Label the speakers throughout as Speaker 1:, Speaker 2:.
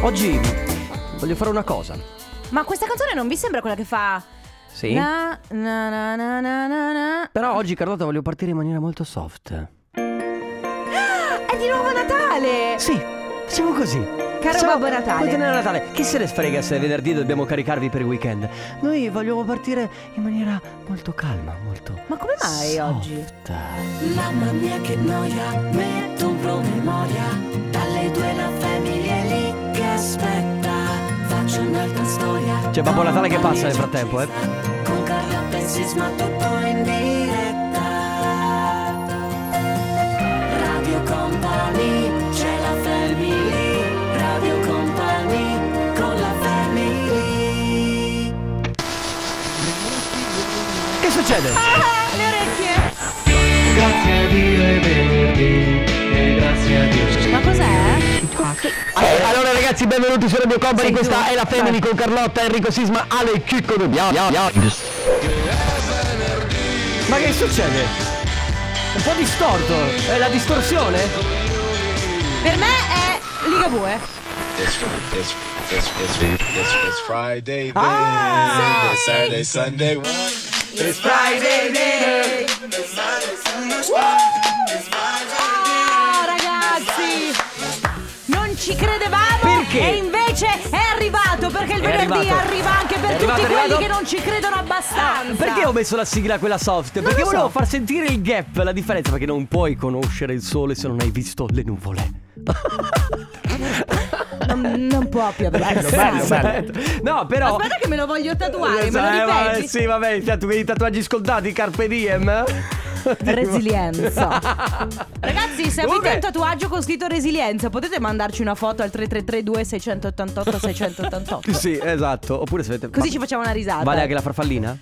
Speaker 1: Oggi voglio fare una cosa.
Speaker 2: Ma questa canzone non vi sembra quella che fa...
Speaker 1: Sì.
Speaker 2: Na, na, na, na, na, na, na.
Speaker 1: Però oggi, Carlotta, voglio partire in maniera molto soft.
Speaker 2: Ah, È di nuovo Natale!
Speaker 1: Sì, facciamo così.
Speaker 2: Caro
Speaker 1: Facciamo-
Speaker 2: Babbo Natale.
Speaker 1: Puoi tenere Natale. Chi se ne frega se venerdì dobbiamo caricarvi per il weekend? Noi vogliamo partire in maniera molto calma, molto.
Speaker 2: Ma come mai
Speaker 1: soft.
Speaker 2: oggi?
Speaker 3: Mamma mia che noia, metto un promemoria Dalle due la famiglia è lì che aspetta Faccio un'altra storia
Speaker 1: C'è Babbo Natale che passa nel frattempo, eh.
Speaker 3: Con Carlotta e Sisma tutto in diretta Radio Company, c'è la family Radio Company, con la family
Speaker 1: Che succede?
Speaker 2: Ah, le orecchie!
Speaker 4: Grazie a Dio è venerdì e grazie a Dio.
Speaker 2: Ma cos'è?
Speaker 1: Eh, allora ragazzi benvenuti su Radio Company,
Speaker 2: Sei
Speaker 1: questa
Speaker 2: tu.
Speaker 1: è la Family con Carlotta, Enrico Sisma, Ale e Chicco Dubbia. Ma che succede? Un po' distorto, è la distorsione?
Speaker 2: Esatto. Per me è Ligabue.
Speaker 5: It's, it's, it's, it's, it's, it's Friday,
Speaker 1: Ah,
Speaker 5: baby. Saturday, Sunday. It's
Speaker 2: Ah, ragazzi! Non ci credevamo
Speaker 1: Perché?
Speaker 2: e invece è arrivato perché il
Speaker 1: È
Speaker 2: venerdì
Speaker 1: arrivato.
Speaker 2: arriva anche per
Speaker 1: È arrivato,
Speaker 2: tutti
Speaker 1: è
Speaker 2: quelli
Speaker 1: arrivato.
Speaker 2: che non ci credono abbastanza.
Speaker 1: Perché ho messo la sigla quella soft? perché
Speaker 2: lo so.
Speaker 1: volevo far sentire il gap, la differenza, perché non puoi conoscere il sole se non hai visto le nuvole.
Speaker 2: Non, mm, non può più avere
Speaker 1: Bello, bello. No, però
Speaker 2: Aspetta che me lo voglio tatuare, me lo
Speaker 1: Eh, vabbè,
Speaker 2: ripeti?
Speaker 1: sì, vabbè, i tatu- i tatuaggi scontati, Carpe Diem.
Speaker 2: Resilienza. Ragazzi, se avete
Speaker 1: Comunque-
Speaker 2: un tatuaggio con scritto resilienza, potete mandarci una foto al 3332 688 688.
Speaker 1: Sì, esatto. Oppure se avete.
Speaker 2: Così ci facciamo una risata.
Speaker 1: Vale anche la farfallina?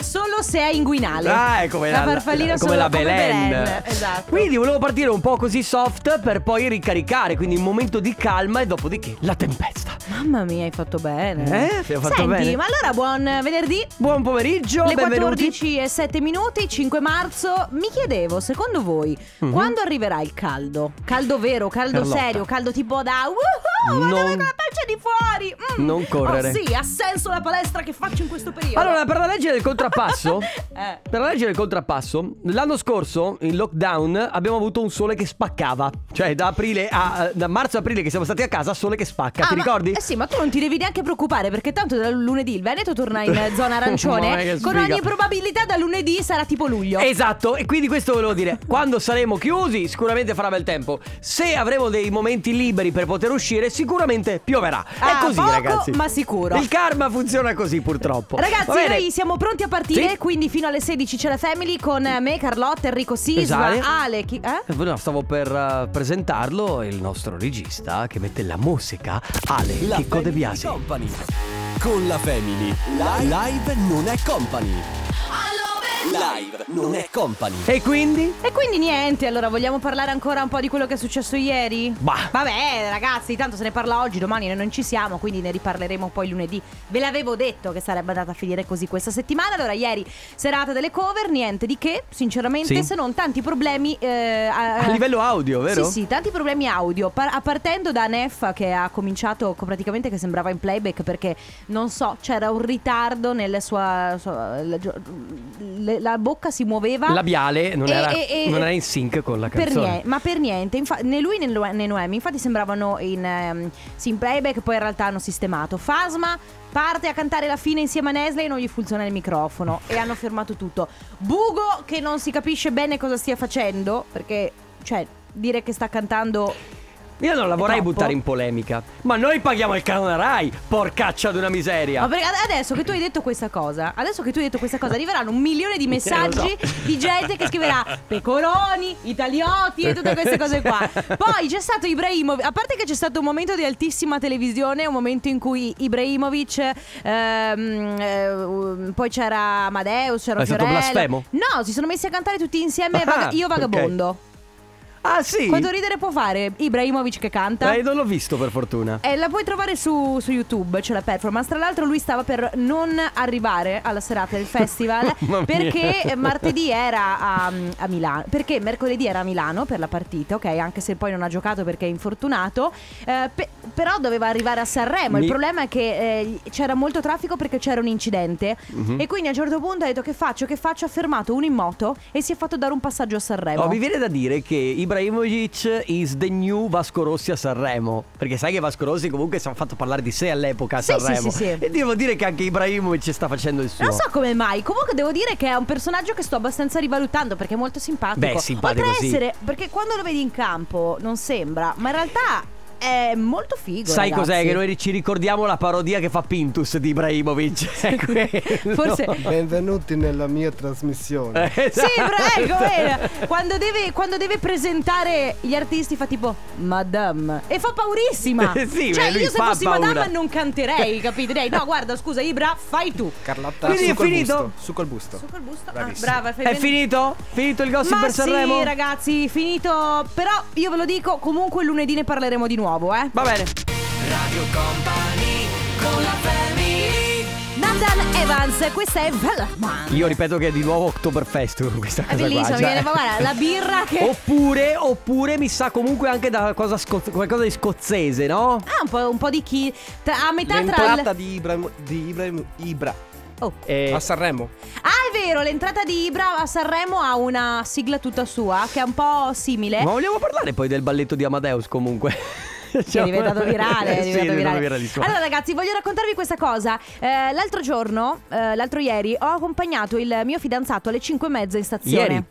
Speaker 2: Solo se è inguinale.
Speaker 1: Ah, è come la,
Speaker 2: farfallina
Speaker 1: come
Speaker 2: solo
Speaker 1: la
Speaker 2: come
Speaker 1: Belen.
Speaker 2: Esatto.
Speaker 1: Quindi volevo partire un po' così soft per poi ricaricare, quindi un momento di calma e dopodiché la tempesta.
Speaker 2: Mamma mia, hai fatto bene.
Speaker 1: Eh, abbiamo fatto
Speaker 2: Senti,
Speaker 1: bene.
Speaker 2: ma allora buon venerdì.
Speaker 1: Buon pomeriggio,
Speaker 2: Le
Speaker 1: benvenuti.
Speaker 2: 14 e 7 minuti, 5 marzo. Mi chiedevo, secondo voi, quando arriverà il caldo? Caldo vero, caldo
Speaker 1: Mhm. Carlotta.
Speaker 2: serio, caldo tipo da woohoo,
Speaker 1: Non-
Speaker 2: vado con la pancia di fuori. Mm.
Speaker 1: Non correre.
Speaker 2: Oh, sì, ha senso la palestra che faccio in questo periodo. Ah,
Speaker 1: Allora, per la legge del contrappasso,
Speaker 2: Eh.
Speaker 1: per la legge del contrappasso, l'anno scorso in lockdown abbiamo avuto un sole che spaccava, cioè da aprile a da marzo a aprile che siamo stati a casa, sole che spacca,
Speaker 2: Ah,
Speaker 1: ti
Speaker 2: ma-
Speaker 1: ricordi?
Speaker 2: eh sì, ma tu non ti devi neanche preoccupare perché tanto dal lunedì il Veneto torna in zona
Speaker 1: Mamma mia,
Speaker 2: arancione.
Speaker 1: che
Speaker 2: con
Speaker 1: sfiga.
Speaker 2: ogni probabilità da lunedì sarà tipo luglio.
Speaker 1: Esatto, e quindi questo volevo dire, quando saremo chiusi sicuramente farà bel tempo, se avremo dei momenti liberi per poter uscire sicuramente pioverà.
Speaker 2: Ah,
Speaker 1: È così
Speaker 2: poco,
Speaker 1: ragazzi.
Speaker 2: ma sicuro.
Speaker 1: Il karma funziona così purtroppo. Va
Speaker 2: Ragazzi,
Speaker 1: bene?
Speaker 2: noi siamo pronti a partire,
Speaker 1: Sì.
Speaker 2: quindi fino alle 16 c'è la Family con me, Carlotta, Enrico Sisma,
Speaker 1: Pesare.
Speaker 2: Ale, chi- eh?
Speaker 1: Eh, Esatto. no, stavo per eh, presentarlo il nostro regista che mette la musica Ale Chicco De Biasi.
Speaker 6: Con la Family. Live, non è company. Live non è company.
Speaker 1: E quindi?
Speaker 2: E quindi niente, allora vogliamo parlare ancora un po' di quello che è successo ieri?
Speaker 1: Bah.
Speaker 2: Vabbè, ragazzi, tanto se ne parla oggi, domani noi non ci siamo, quindi ne riparleremo poi lunedì. Ve l'avevo detto che sarebbe andata a finire così questa settimana. Allora, ieri serata delle cover, niente di che, sinceramente,
Speaker 1: Sì.
Speaker 2: se non tanti problemi eh, a,
Speaker 1: A livello audio, vero?
Speaker 2: Sì, sì, tanti problemi audio, par- partendo da Neffa che ha cominciato co- praticamente che sembrava in playback perché non so, c'era un ritardo nella sua, sua- la, gio- le- la bocca si muoveva
Speaker 1: Labiale non,
Speaker 2: E-
Speaker 1: era,
Speaker 2: e- e-
Speaker 1: non era in sync con la
Speaker 2: per
Speaker 1: canzone.
Speaker 2: nie- ma per niente, infa- né lui né, Lu- né Noemi, infatti sembravano in, ehm, sì, in playback, poi in realtà hanno sistemato. Fasma parte a cantare la fine insieme a Nestle e non gli funziona il microfono e hanno fermato tutto. Bugo che non si capisce bene cosa stia facendo perché, cioè, dire che sta cantando...
Speaker 1: Io non la vorrei
Speaker 2: troppo.
Speaker 1: buttare in polemica. Ma noi paghiamo il canone Rai, porcaccia d'una miseria.
Speaker 2: Ma perché ad- adesso che tu hai detto questa cosa, adesso che tu hai detto questa cosa, arriveranno un milione di messaggi
Speaker 1: Eh, lo so.
Speaker 2: di gente che scriverà pecoroni, italioti e tutte queste cose qua. Poi c'è stato Ibrahimovic, a parte che c'è stato un momento di altissima televisione, un momento in cui Ibrahimovic, ehm, eh, um, poi c'era Amadeus, c'era
Speaker 1: Ma è stato
Speaker 2: Fiorello.
Speaker 1: blasfemo?
Speaker 2: No, si sono messi a cantare tutti insieme
Speaker 1: Ah,
Speaker 2: Vaga- Io
Speaker 1: ok.
Speaker 2: Vagabondo.
Speaker 1: Ah, sì.
Speaker 2: Quanto ridere può fare Ibrahimovic che canta?
Speaker 1: Eh, non l'ho visto per fortuna.
Speaker 2: Eh, la puoi trovare su, su YouTube, c'è la performance. Tra l'altro, lui stava per non arrivare alla serata del festival
Speaker 1: Mamma mia.
Speaker 2: perché martedì era a, a Milano. Perché mercoledì era a Milano per la partita, ok? Anche se poi non ha giocato perché è infortunato. Eh, pe- però doveva arrivare a Sanremo.
Speaker 1: Mi-
Speaker 2: Il problema è che eh, c'era molto traffico perché c'era un incidente.
Speaker 1: Mhm.
Speaker 2: E quindi a un certo punto ha detto: Che faccio? Che faccio? Ha fermato uno in moto e si è fatto dare un passaggio a Sanremo.
Speaker 1: Oh, mi viene da dire che Ibrahimovic is the new Vasco Rossi a Sanremo. Perché sai che Vasco Rossi comunque si è fatto parlare di sé all'epoca a
Speaker 2: Sì, sì,
Speaker 1: Sanremo.
Speaker 2: sì, sì.
Speaker 1: E devo dire che anche Ibrahimovic sta facendo il suo.
Speaker 2: Non so come mai, comunque devo dire che è un personaggio che sto abbastanza rivalutando perché è molto simpatico.
Speaker 1: Beh, simpatico,
Speaker 2: Oltre a
Speaker 1: sì.
Speaker 2: essere, perché quando lo vedi in campo non sembra, ma in realtà è molto figo.
Speaker 1: Sai
Speaker 2: ragazzi.
Speaker 1: cos'è? Che noi ci ricordiamo la parodia che fa Pintus di Ibrahimovic. È quello.
Speaker 2: Forse
Speaker 7: Benvenuti nella mia trasmissione.
Speaker 2: Sì, prego,
Speaker 1: Esatto.
Speaker 2: eh. quando, deve, quando deve presentare gli artisti fa tipo Madame e fa paurissima.
Speaker 1: Eh sì,
Speaker 2: cioè
Speaker 1: beh, lui
Speaker 2: io se
Speaker 1: fa
Speaker 2: fossi
Speaker 1: paura.
Speaker 2: Madame non canterei, capito? Direi no, guarda, scusa Ibra, fai tu.
Speaker 1: Certo.
Speaker 7: Carlotta,
Speaker 1: Quindi è
Speaker 7: su col
Speaker 1: finito?
Speaker 7: busto, su col busto.
Speaker 2: Su col busto. Ah,
Speaker 7: Bravissima.
Speaker 2: brava, fai
Speaker 1: È
Speaker 2: ben-
Speaker 1: finito? Finito il gossip
Speaker 2: Ma
Speaker 1: per Sanremo?
Speaker 2: sì, ragazzi, finito. Però io ve lo dico, comunque lunedì ne parleremo di nuovo, eh.
Speaker 1: Va bene.
Speaker 2: Nathan Evans, questa è Bella.
Speaker 1: Io ripeto che è di nuovo Oktoberfest con questa
Speaker 2: È
Speaker 1: cosa
Speaker 2: bellissima,
Speaker 1: qua.
Speaker 2: mi
Speaker 1: cioè-
Speaker 2: viene guarda, la birra che
Speaker 7: Oh.
Speaker 1: Oppure, oppure mi sa comunque anche da cosa sco- qualcosa di scozzese, no?
Speaker 2: Ah, un po', un po' di chi tra- a metà tra
Speaker 7: L'entrata
Speaker 2: il...
Speaker 7: di Ibrahim, di Ibrahim Ibra
Speaker 2: Oh.
Speaker 1: Eh,
Speaker 7: a Sanremo.
Speaker 2: Ah, è vero, l'entrata di Ibra a Sanremo ha una sigla tutta sua che è un po' simile.
Speaker 1: Ma vogliamo parlare poi del balletto di Amadeus comunque. Cioè,
Speaker 2: Che è diventato virale, è
Speaker 1: Sì,
Speaker 2: diventato virale.
Speaker 1: viralissimo.
Speaker 2: Allora ragazzi voglio raccontarvi questa cosa Eh, L'altro giorno, eh, l'altro ieri Ho accompagnato il mio fidanzato alle 5 e mezza in stazione
Speaker 1: Ieri?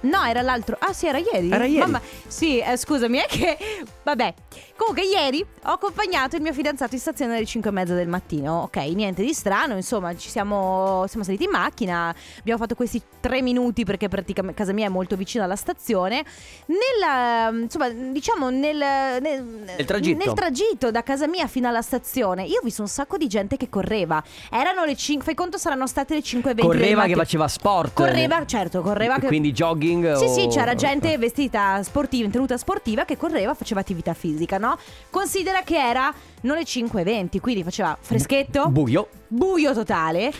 Speaker 2: No era l'altro, ah sì era ieri
Speaker 1: Era ieri.
Speaker 2: Mamma, Sì eh, scusami è che, vabbè Comunque ieri ho accompagnato il mio fidanzato in stazione alle 5 e mezza del mattino Ok, niente di strano, insomma ci siamo, siamo saliti in macchina Abbiamo fatto questi tre minuti perché praticamente casa mia è molto vicina alla stazione Nella, insomma diciamo nel, nel,
Speaker 1: Nel tragitto.
Speaker 2: nel tragitto da casa mia fino alla stazione Io ho visto un sacco di gente che correva Erano le 5, fai conto saranno state le 5.20 del
Speaker 1: Correva che
Speaker 2: mattino.
Speaker 1: faceva sport. eh.
Speaker 2: Correva, certo, correva che-
Speaker 1: Quindi jogging
Speaker 2: Sì,
Speaker 1: o-
Speaker 2: sì, c'era gente vestita sportiva, in tenuta sportiva che correva, faceva attività fisica, no? Considera che era non le 5.20, quindi faceva freschetto,
Speaker 1: Buio.
Speaker 2: buio totale. E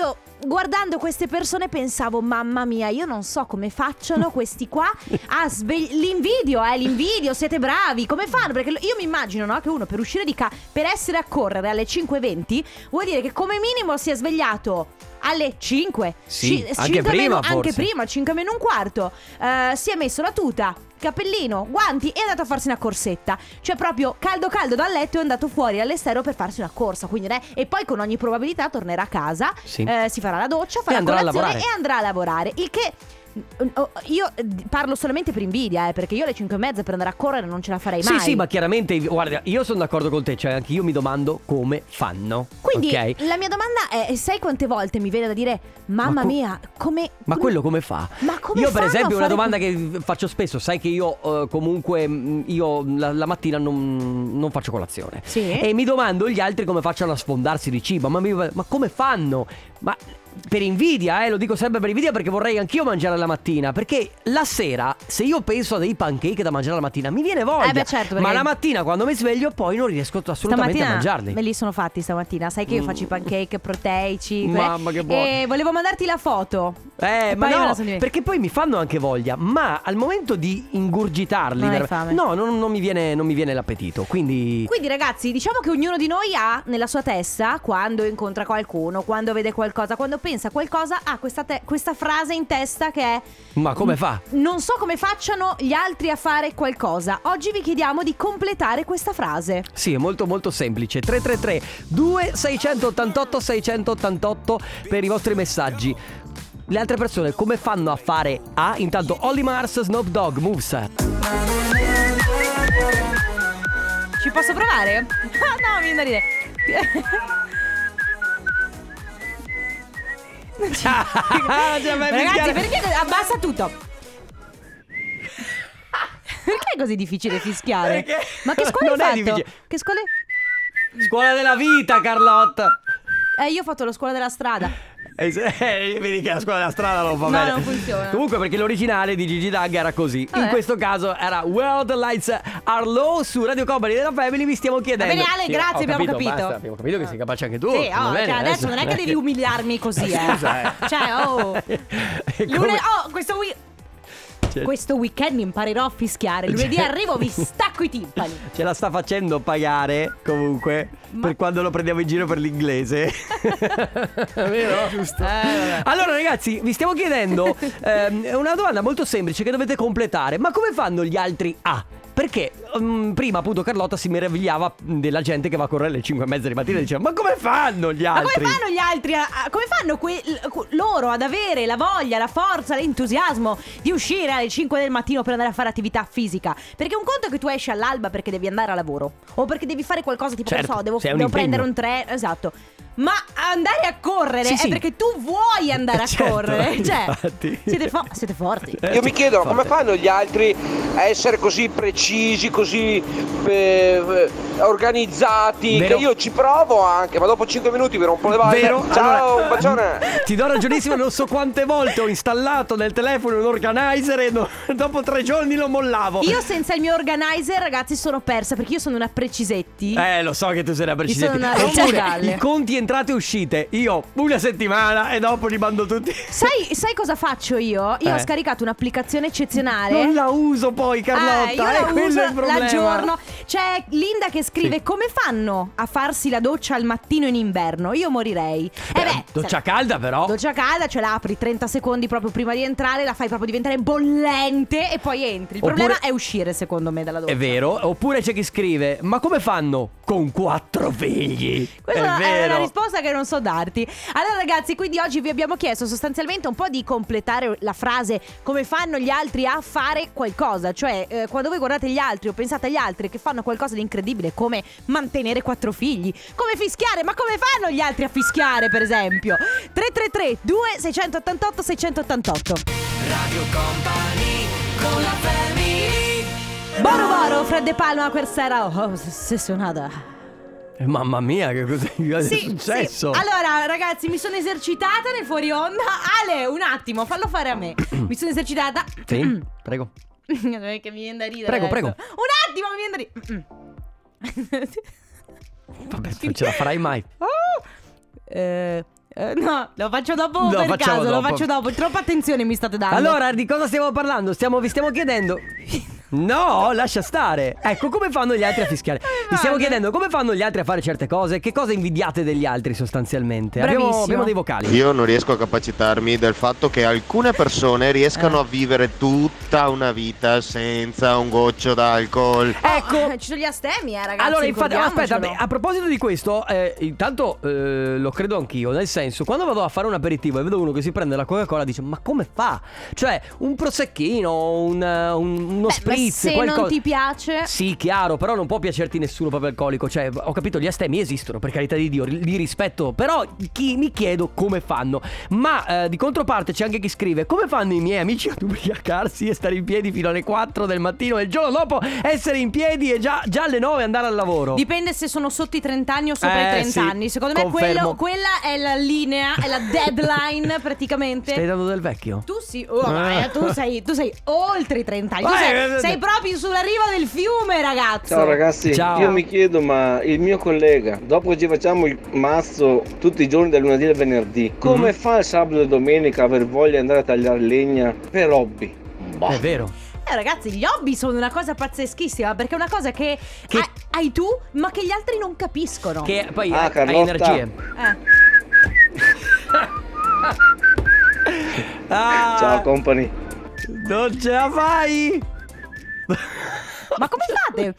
Speaker 2: io guardando queste persone pensavo, mamma mia, io non so come facciano questi qua a svegli- L'invidio, eh, l'invidio, siete bravi, come fanno? Perché io mi immagino, no, che uno per uscire di casa, per essere a correre alle 5.20, vuol dire che come minimo si è svegliato... Alle 5
Speaker 1: Sì, anche
Speaker 2: cinque
Speaker 1: prima,
Speaker 2: meno- anche
Speaker 1: forse.
Speaker 2: prima 5 meno un quarto Eh, Si è messo la tuta Cappellino, guanti e è andato a farsi una corsetta Cioè proprio caldo caldo dal letto È andato fuori all'esterno per farsi una corsa Quindi non è- E poi con ogni probabilità tornerà a casa
Speaker 1: Sì.
Speaker 2: eh, Si farà la doccia, farà
Speaker 1: andrà a
Speaker 2: colazione
Speaker 1: lavorare.
Speaker 2: E andrà a lavorare Il che oh, io eh, parlo solamente per invidia eh, Perché io alle 5 e mezza per andare a correre non ce la farei
Speaker 1: Sì,
Speaker 2: mai
Speaker 1: sì, ma chiaramente, guarda, io sono d'accordo con te, cioè anche io mi domando come fanno.
Speaker 2: Quindi
Speaker 1: ok?
Speaker 2: la mia domanda è Sai quante volte mi viene da dire Mamma
Speaker 1: Ma co-
Speaker 2: mia, come
Speaker 1: Ma
Speaker 2: come-
Speaker 1: quello come fa?
Speaker 2: Ma come
Speaker 1: io per
Speaker 2: fanno a
Speaker 1: esempio una
Speaker 2: fare-
Speaker 1: domanda che faccio spesso, sai che io eh, comunque mh, io la, la mattina non, non faccio colazione
Speaker 2: Sì.
Speaker 1: e mi domando gli altri come facciano a sfondarsi di cibo, ma, mi- ma come fanno? Ma per invidia, eh, lo dico sempre per invidia perché vorrei anch'io mangiare la mattina, perché la sera se io penso a dei pancake da mangiare la mattina mi viene voglia,
Speaker 2: Eh beh, certo, perché-
Speaker 1: ma la mattina quando mi sveglio poi non riesco assolutamente a mangiarli. Mm.
Speaker 2: Me li sono fatti stamattina. Sai che io faccio i pancake proteici. que-
Speaker 1: Mamma, che buoni.
Speaker 2: E volevo mandarti la foto.
Speaker 1: Eh,
Speaker 2: E
Speaker 1: ma
Speaker 2: poi me
Speaker 1: no,
Speaker 2: la sono dimenticata.
Speaker 1: perché poi mi fanno anche voglia, ma al momento di ingurgitarli,
Speaker 2: Non hai fame.
Speaker 1: no, non, non mi viene, non mi viene l'appetito. Quindi,
Speaker 2: Quindi ragazzi, diciamo che ognuno di noi ha nella sua testa, quando incontra qualcuno, quando vede qualcosa, quando pensa a qualcosa, ha questa, te- questa frase in testa che è
Speaker 1: ma
Speaker 2: Mm.
Speaker 1: come fa?
Speaker 2: non so come facciano gli altri a fare qualcosa. Oggi vi chiediamo di completare questa frase.
Speaker 1: Sì, è molto molto semplice. 333 2688 688 per i vostri messaggi. Le altre persone come fanno a fare A? Intanto Holly Mars, Snoop Dogg, Moves.
Speaker 2: Ci posso provare? Ah no, mi viene da ridere.
Speaker 1: Già, vai a
Speaker 2: Ragazzi,
Speaker 1: picchiare.
Speaker 2: perché abbassa tutto? perché è così difficile fischiare?
Speaker 1: Perché-
Speaker 2: Ma che scuola
Speaker 1: Non è
Speaker 2: hai fatto?
Speaker 1: difficile.
Speaker 2: Che scuola?
Speaker 1: Scuola della vita, Carlotta.
Speaker 2: Eh, io ho fatto la scuola della strada.
Speaker 1: Eh, se- eh, vedi che la scuola della strada non va
Speaker 2: No,
Speaker 1: bene.
Speaker 2: non funziona.
Speaker 1: Comunque, perché l'originale di Gigi Dag era così. In
Speaker 2: Vabbè.
Speaker 1: questo caso era Where the Lights Are Low su Radio Company della Family. Vi stiamo chiedendo.
Speaker 2: bene, Ale, grazie,
Speaker 1: ho
Speaker 2: abbiamo capito.
Speaker 1: basta, abbiamo capito che sei capace anche tu.
Speaker 2: Sì,
Speaker 1: va
Speaker 2: oh,
Speaker 1: bene,
Speaker 2: cioè, adesso non è che devi umiliarmi così, eh. Cioè, oh.
Speaker 1: Come-
Speaker 2: Lunedì, oh, questo, wi-
Speaker 1: Cioè-
Speaker 2: questo weekend imparerò a fischiare. Lunedì
Speaker 1: Cioè-
Speaker 2: arrivo, vi stacco i timpani.
Speaker 1: Ce la sta facendo pagare comunque per quando lo prendiamo in giro per l'inglese. Vero?
Speaker 2: Eh,
Speaker 1: Giusto. Allora ragazzi, vi stiamo chiedendo ehm, una domanda molto semplice che dovete completare. Ma come fanno gli altri A? Perché mm, prima appunto Carlotta si meravigliava della gente che va a correre alle 5 e mezza di mattina e diceva ma come fanno gli
Speaker 2: Ma
Speaker 1: altri?
Speaker 2: come fanno gli altri? a- a- come fanno que- l- co- loro ad avere la voglia, la forza, l'entusiasmo di uscire alle 5 del mattino per andare a fare attività fisica? Perché un conto è che tu esci all'alba perché devi andare a lavoro o perché devi fare qualcosa tipo,
Speaker 1: Certo,
Speaker 2: non so, devo,
Speaker 1: se è un
Speaker 2: devo
Speaker 1: impegno.
Speaker 2: prendere un treno, esatto. Ma andare a correre
Speaker 1: Sì, sì.
Speaker 2: è perché tu vuoi andare a
Speaker 1: Certo,
Speaker 2: correre. Cioè,
Speaker 1: infatti.
Speaker 2: siete, fo- siete forti.
Speaker 1: Eh,
Speaker 8: Io mi chiedo
Speaker 1: forte.
Speaker 8: come fanno gli altri a essere così precisi, così eh, eh, organizzati.
Speaker 1: Vero.
Speaker 8: Che io ci provo anche, ma dopo 5 minuti mi rompo le balle.
Speaker 1: Vero?
Speaker 8: Ciao,
Speaker 1: Allora,
Speaker 8: un bacione.
Speaker 1: Ti do ragionissimo, non so quante volte ho installato nel telefono un organizer e no- dopo tre giorni lo mollavo.
Speaker 2: Io senza il mio organizer, ragazzi, sono persa perché io sono una precisetti.
Speaker 1: Eh, lo so che tu sei una precisa.
Speaker 2: sono una rotta di galle.
Speaker 1: I conti entrate e uscite. Io una settimana e dopo li mando tutti.
Speaker 2: Sai, sai cosa faccio io? Io
Speaker 1: Eh.
Speaker 2: ho scaricato un'applicazione eccezionale.
Speaker 1: Non la uso poi, Carlotta.
Speaker 2: Ah, io
Speaker 1: eh,
Speaker 2: la
Speaker 1: quello
Speaker 2: uso,
Speaker 1: è il problema.
Speaker 2: la giorno. C'è Linda che scrive:
Speaker 1: Sì.
Speaker 2: Come fanno a farsi la doccia al mattino in inverno? Io morirei. Eh beh,
Speaker 1: Doccia
Speaker 2: sai-
Speaker 1: calda, però.
Speaker 2: Doccia calda, ce la apri 30 secondi proprio prima di entrare, la fai proprio diventare bollente e poi entri. Il
Speaker 1: Oppure-
Speaker 2: problema è uscire, secondo me, dalla doccia.
Speaker 1: È vero. Oppure c'è chi scrive: Ma come fanno con quattro figli? è
Speaker 2: Questa è,
Speaker 1: vero.
Speaker 2: una risposta che non so darti. Allora, ragazzi, quindi oggi vi abbiamo chiesto sostanzialmente un po' di completare la frase come fanno gli altri a fare qualcosa. Cioè, eh, quando voi guardate gli altri o pensate agli altri che fanno qualcosa di incredibile, come mantenere quattro figli, come fischiare, ma come fanno gli altri a fischiare, per esempio? 333 2688 688 Boro Boro, Fred De Palma, questa era oh, sessionata.
Speaker 1: Eh, Mamma mia, che cosa è
Speaker 2: Sì,
Speaker 1: successo?
Speaker 2: sì. Allora, ragazzi, mi sono esercitata nel fuori onda. Ale, un attimo, fallo fare a me. mi sono esercitata.
Speaker 1: Sì, prego.
Speaker 2: che mi viene da ridere.
Speaker 1: Prego, prego.
Speaker 2: adesso. Un attimo, mi viene da Mm, ridere.
Speaker 1: Vabbè, non ce la farai mai.
Speaker 2: Oh! Eh, eh, no, lo faccio dopo
Speaker 1: Lo
Speaker 2: per
Speaker 1: facciamo
Speaker 2: caso, lo
Speaker 1: dopo.
Speaker 2: faccio dopo. Troppa attenzione mi state dando.
Speaker 1: Allora, di cosa stiamo parlando? Stiamo, vi stiamo chiedendo. No, lascia stare. Ecco, come fanno gli altri a fischiare? Vi stiamo chiedendo come fanno gli altri a fare certe cose. Che cosa invidiate degli altri, sostanzialmente? Abbiamo,
Speaker 2: Bravissimo.
Speaker 1: abbiamo dei vocali.
Speaker 9: Io non riesco a capacitarmi del fatto che alcune persone riescano a vivere tutta una vita senza un goccio d'alcol.
Speaker 2: Oh,
Speaker 1: Ecco.
Speaker 2: ci sono gli astemi, eh, ragazzi.
Speaker 1: Allora, infatti, aspetta,
Speaker 2: ricordiamocelo.
Speaker 1: beh, a proposito di questo, eh, intanto eh, lo credo anch'io, nel senso, quando vado a fare un aperitivo e vedo uno che si prende la Coca-Cola, dice, ma come fa? Cioè, un prosecchino, un, eh, un- uno
Speaker 2: Beh, ma
Speaker 1: spritz,
Speaker 2: se
Speaker 1: qualcosa...
Speaker 2: non ti piace,
Speaker 1: Sì, chiaro, però non può piacerti nessuno proprio alcolico. Cioè, ho capito, gli astemi esistono, per carità di Dio, li rispetto. Però chi, mi chiedo come fanno. Ma eh, di controparte c'è anche chi scrive: Come fanno i miei amici ad ubriacarsi e stare in piedi fino alle 4 del mattino e il giorno dopo essere in piedi e già, già alle 9 andare al lavoro?
Speaker 2: Dipende se sono sotto i 30 anni o sopra
Speaker 1: Eh,
Speaker 2: i 30
Speaker 1: sì,
Speaker 2: anni. Secondo me
Speaker 1: confermo.
Speaker 2: quello- quella è la linea, è la deadline praticamente.
Speaker 1: Stai Ah. dando del vecchio?
Speaker 2: Tu sì, oh, ma, eh, tu, sei, tu sei oltre i 30 anni. Tu
Speaker 1: Eh,
Speaker 2: sei,
Speaker 1: eh,
Speaker 2: sei
Speaker 1: eh.
Speaker 2: proprio sulla riva del fiume, ragazzo.
Speaker 10: Ciao ragazzi,
Speaker 1: Ciao.
Speaker 10: io mi chiedo ma il mio collega, dopo che ci facciamo il mazzo tutti i giorni dal lunedì al venerdì, come
Speaker 1: Mm-hmm.
Speaker 10: fa il sabato e domenica a aver voglia di andare a tagliare legna per hobby?
Speaker 1: È vero.
Speaker 2: Eh, ragazzi, gli hobby sono una cosa pazzeschissima perché è una cosa che,
Speaker 1: Che-
Speaker 2: ha- hai tu, ma che gli altri non capiscono.
Speaker 1: Che poi
Speaker 10: Ah,
Speaker 1: hai- hai
Speaker 10: Carlotta.
Speaker 1: energie.
Speaker 2: Eh,
Speaker 1: Ah,
Speaker 10: Ciao company.
Speaker 1: non ce la fai.
Speaker 2: ma come fate?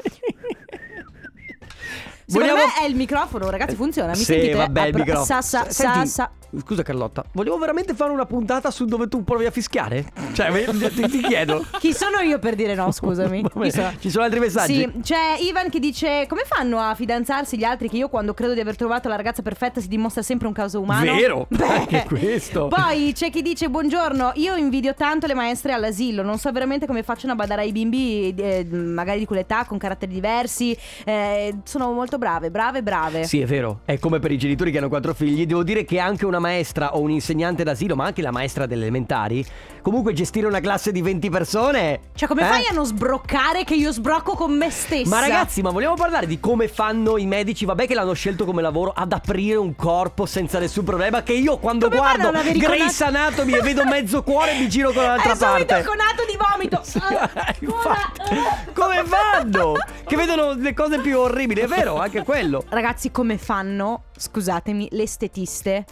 Speaker 2: Secondo
Speaker 1: Vogliamo-
Speaker 2: me è il microfono, ragazzi, funziona. Mi
Speaker 1: sì,
Speaker 2: sentite?
Speaker 1: vabbè,
Speaker 2: Ah,
Speaker 1: il
Speaker 2: pro-
Speaker 1: microfono.
Speaker 2: sa, sa,
Speaker 1: Senti,
Speaker 2: sa, sa.
Speaker 1: Scusa Carlotta, volevo veramente fare una puntata su dove tu provi a fischiare? Cioè, ve- ti, ti chiedo.
Speaker 2: Chi sono io per dire no, scusami?
Speaker 1: Vabbè,
Speaker 2: Chi sono?
Speaker 1: Ci sono altri messaggi?
Speaker 2: Sì, c'è Ivan che dice come fanno a fidanzarsi gli altri che io quando credo di aver trovato la ragazza perfetta si dimostra sempre un caso umano?
Speaker 1: Vero,
Speaker 2: Beh.
Speaker 1: anche questo.
Speaker 2: Poi c'è chi dice buongiorno, io invidio tanto le maestre all'asilo, non so veramente come facciano a badare ai bimbi eh, magari di quell'età con caratteri diversi, eh, sono molto brave, brave, brave.
Speaker 1: Sì, è vero. È come per i genitori che hanno quattro figli. Devo dire che anche una maestra o un insegnante d'asilo, ma anche la maestra delle elementari, comunque gestire una classe di 20 persone.
Speaker 2: Cioè, come
Speaker 1: eh?
Speaker 2: fai a non sbroccare che io sbrocco con me stessa?
Speaker 1: Ma ragazzi, ma vogliamo parlare di come fanno i medici, vabbè che l'hanno scelto come lavoro, ad aprire un corpo senza nessun problema, che io quando
Speaker 2: Come fanno
Speaker 1: guardo
Speaker 2: ad avere i conati-
Speaker 1: Grace Anatomy e vedo mezzo cuore mi giro con l'altra
Speaker 2: È subito
Speaker 1: parte.
Speaker 2: il conato di vomito.
Speaker 1: Sì,
Speaker 2: Ah,
Speaker 1: eh,
Speaker 2: ora,
Speaker 1: infatti.
Speaker 2: ah.
Speaker 1: Come fanno? Che vedono le cose più orribili, è vero, anche quello.
Speaker 2: Ragazzi, come fanno, scusatemi, le estetiste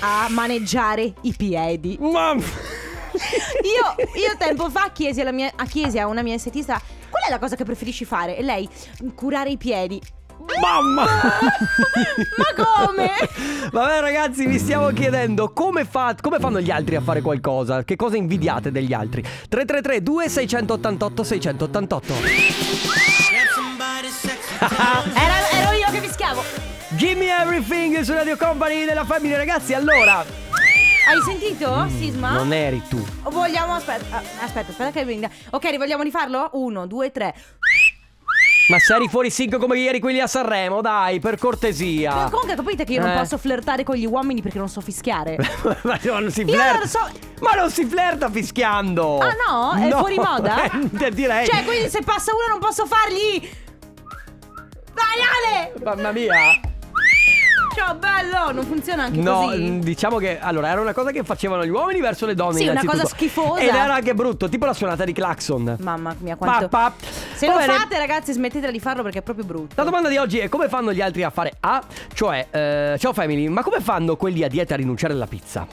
Speaker 2: a maneggiare i piedi?
Speaker 1: Ma...
Speaker 2: Io, io tempo fa chiesi, alla mia, a chiesi a una mia estetista qual è la cosa che preferisci fare? E lei, curare i piedi.
Speaker 1: Mamma!
Speaker 2: Ma come?
Speaker 1: Vabbè ragazzi, vi stiamo chiedendo come, fa- come fanno gli altri a fare qualcosa? Che cosa invidiate degli altri? 333 2688 688
Speaker 2: Era- ero io che fischiavo.
Speaker 1: Gimme everything su Radio Company della famiglia ragazzi, allora
Speaker 2: Hai sentito, Sisma?
Speaker 1: Non eri tu.
Speaker 2: Vogliamo, aspetta, ah, aspetta, aspetta che venga. Ok, vogliamo rifarlo? Uno, due, tre.
Speaker 1: Ma se eri fuori singo come ieri quelli a Sanremo, dai, per cortesia.
Speaker 2: Ma Comunque capite che io non
Speaker 1: Ah. Eh.
Speaker 2: posso flirtare con gli uomini perché non so fischiare.
Speaker 1: Ma non si
Speaker 2: Io
Speaker 1: flirta.
Speaker 2: non so-
Speaker 1: Ma non si flirta fischiando.
Speaker 2: Ah no? È fuori moda?
Speaker 1: Eh, direi.
Speaker 2: Cioè, quindi se passa uno non posso fargli. Dai Ale!
Speaker 1: Mamma mia.
Speaker 2: Ciao bello! Non funziona anche
Speaker 1: No,
Speaker 2: così.
Speaker 1: mh, diciamo che allora era una cosa che facevano gli uomini verso le donne.
Speaker 2: Sì, una
Speaker 1: innanzitutto.
Speaker 2: cosa schifosa.
Speaker 1: Ed era anche brutto, tipo la suonata di claxon.
Speaker 2: Mamma mia, quanto.
Speaker 1: Pa, pa.
Speaker 2: Se
Speaker 1: Va
Speaker 2: lo
Speaker 1: bene.
Speaker 2: fate, ragazzi, smettetela di farlo perché è proprio brutto.
Speaker 1: La domanda di oggi è come fanno gli altri a fare A? Cioè, eh, ciao family, ma come fanno quelli a dieta a rinunciare alla pizza?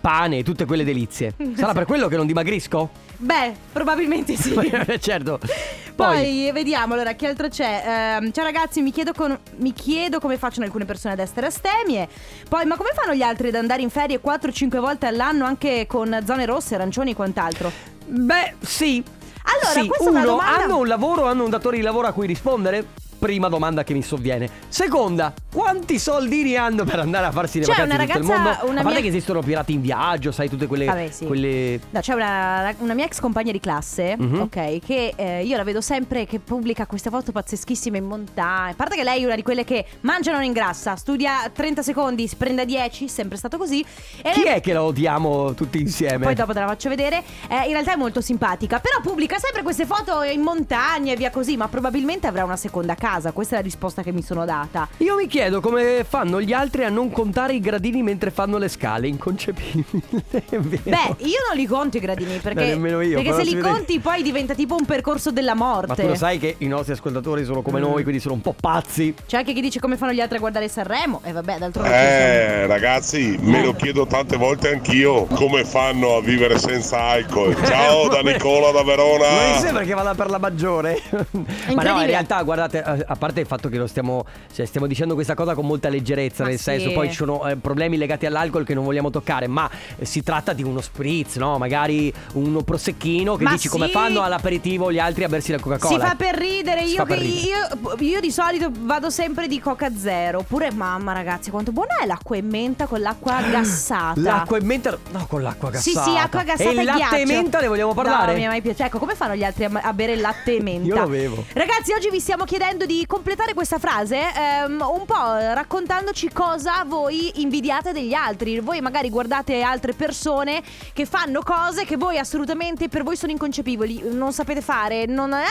Speaker 1: Pane e tutte quelle delizie. Sarà per quello che non dimagrisco?
Speaker 2: Beh, probabilmente sì.
Speaker 1: certo. Poi,
Speaker 2: Poi vediamo, allora, che altro c'è? Ehm, ciao ragazzi, mi chiedo, con- mi chiedo come facciano alcune persone ad essere astemie. Poi, ma come fanno gli altri ad andare in ferie 4-5 volte all'anno anche con zone rosse, arancioni e quant'altro?
Speaker 1: beh, sì.
Speaker 2: Allora,
Speaker 1: sì,
Speaker 2: questa è
Speaker 1: uno,
Speaker 2: una domanda-
Speaker 1: hanno un lavoro, hanno un datore di lavoro a cui rispondere? Prima domanda che mi sovviene. Seconda, quanti soldini hanno per andare a farsi le
Speaker 2: C'è
Speaker 1: vacanze
Speaker 2: Cioè, una
Speaker 1: di tutto il
Speaker 2: ragazza-
Speaker 1: mondo?
Speaker 2: una
Speaker 1: a parte
Speaker 2: mia-
Speaker 1: che esistono pirati in viaggio, sai, tutte quelle...
Speaker 2: Vabbè, sì. Eh,
Speaker 1: quelle...
Speaker 2: No, c'è una, una mia ex compagna di classe,
Speaker 1: Mhm.
Speaker 2: ok, che eh, io la vedo sempre che pubblica queste foto pazzeschissime in montagna. A parte che lei è una di quelle che mangia e non ingrassa, studia 30 secondi, si prende 10, sempre stato così. E
Speaker 1: Chi
Speaker 2: lei-
Speaker 1: è che la odiamo tutti insieme?
Speaker 2: Poi dopo te la faccio vedere. Eh, in realtà è molto simpatica. Però pubblica sempre queste foto in montagna e via così. Ma probabilmente avrà una seconda casa. Questa è la risposta che mi sono data.
Speaker 1: Io mi chiedo come fanno gli altri a non contare i gradini mentre fanno le scale, inconcepibile. è vero.
Speaker 2: Beh, io non li conto i gradini perché,
Speaker 1: Ecco. No, nemmeno io,
Speaker 2: perché
Speaker 1: però
Speaker 2: se
Speaker 1: si
Speaker 2: li
Speaker 1: vede-
Speaker 2: conti poi diventa tipo un percorso della morte.
Speaker 1: Ma tu lo sai che i nostri ascoltatori sono
Speaker 2: Mm.
Speaker 1: come noi, quindi sono un po' pazzi.
Speaker 2: C'è anche chi dice come fanno gli altri a guardare Sanremo. E vabbè, d'altronde. ci
Speaker 11: Eh, ragazzi, me lo chiedo tante volte anch'io come fanno a vivere senza alcol. Ciao da Nicola
Speaker 1: Ma
Speaker 11: da
Speaker 1: mi
Speaker 11: Verona.
Speaker 1: sembra che vada per la maggiore. Ma no, in
Speaker 2: incredibile.
Speaker 1: realtà, guardate, a a parte il fatto che lo stiamo, cioè, stiamo dicendo questa cosa con molta leggerezza,
Speaker 2: Ma
Speaker 1: nel
Speaker 2: sì.
Speaker 1: senso, poi ci sono eh, problemi legati all'alcol che non vogliamo toccare, ma eh, si tratta di uno spritz, no? Magari uno prosecchino che
Speaker 2: Ma
Speaker 1: dici come
Speaker 2: sì.
Speaker 1: fanno all'aperitivo gli altri a bersi la
Speaker 2: Si
Speaker 1: Coca-Cola.
Speaker 2: fa per ridere,
Speaker 1: Si
Speaker 2: io,
Speaker 1: fa per
Speaker 2: che- io- io di solito vado sempre di Coca Zero. Oppure, mamma ragazzi, quanto buona è l'acqua e menta con l'acqua gassata.
Speaker 1: L'acqua e menta. No, con l'acqua
Speaker 2: Sì,
Speaker 1: gassata.
Speaker 2: sì, acqua gassata
Speaker 1: E
Speaker 2: e,
Speaker 1: il latte e
Speaker 2: ghiaccio.
Speaker 1: menta ne vogliamo parlare?
Speaker 2: No, mi è mai piaciuto. Ecco, come fanno gli altri a, a bere il latte e menta?
Speaker 1: Io lo bevo.
Speaker 2: Ragazzi, oggi vi stiamo chiedendo di completare questa frase ehm, un po' raccontandoci cosa voi invidiate degli altri. Voi magari guardate altre persone che fanno cose che voi assolutamente per voi sono inconcepibili, non sapete fare, non è...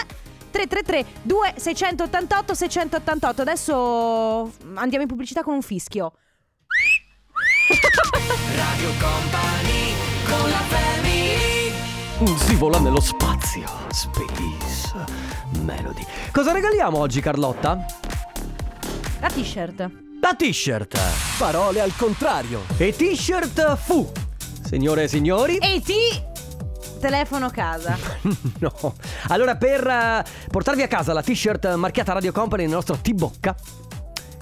Speaker 2: 333 2688 688 Adesso andiamo in pubblicità con un fischio.
Speaker 1: Si vola nello spazio. Space Melody. Cosa regaliamo oggi, Carlotta?
Speaker 2: La t-shirt.
Speaker 1: La t-shirt.
Speaker 6: Parole al contrario.
Speaker 1: E t-shirt fu. Signore e signori.
Speaker 2: E ti telefono casa.
Speaker 1: No. Allora, per eh, portarvi a casa la t-shirt marchiata Radio Company nel nostro T-Bocca.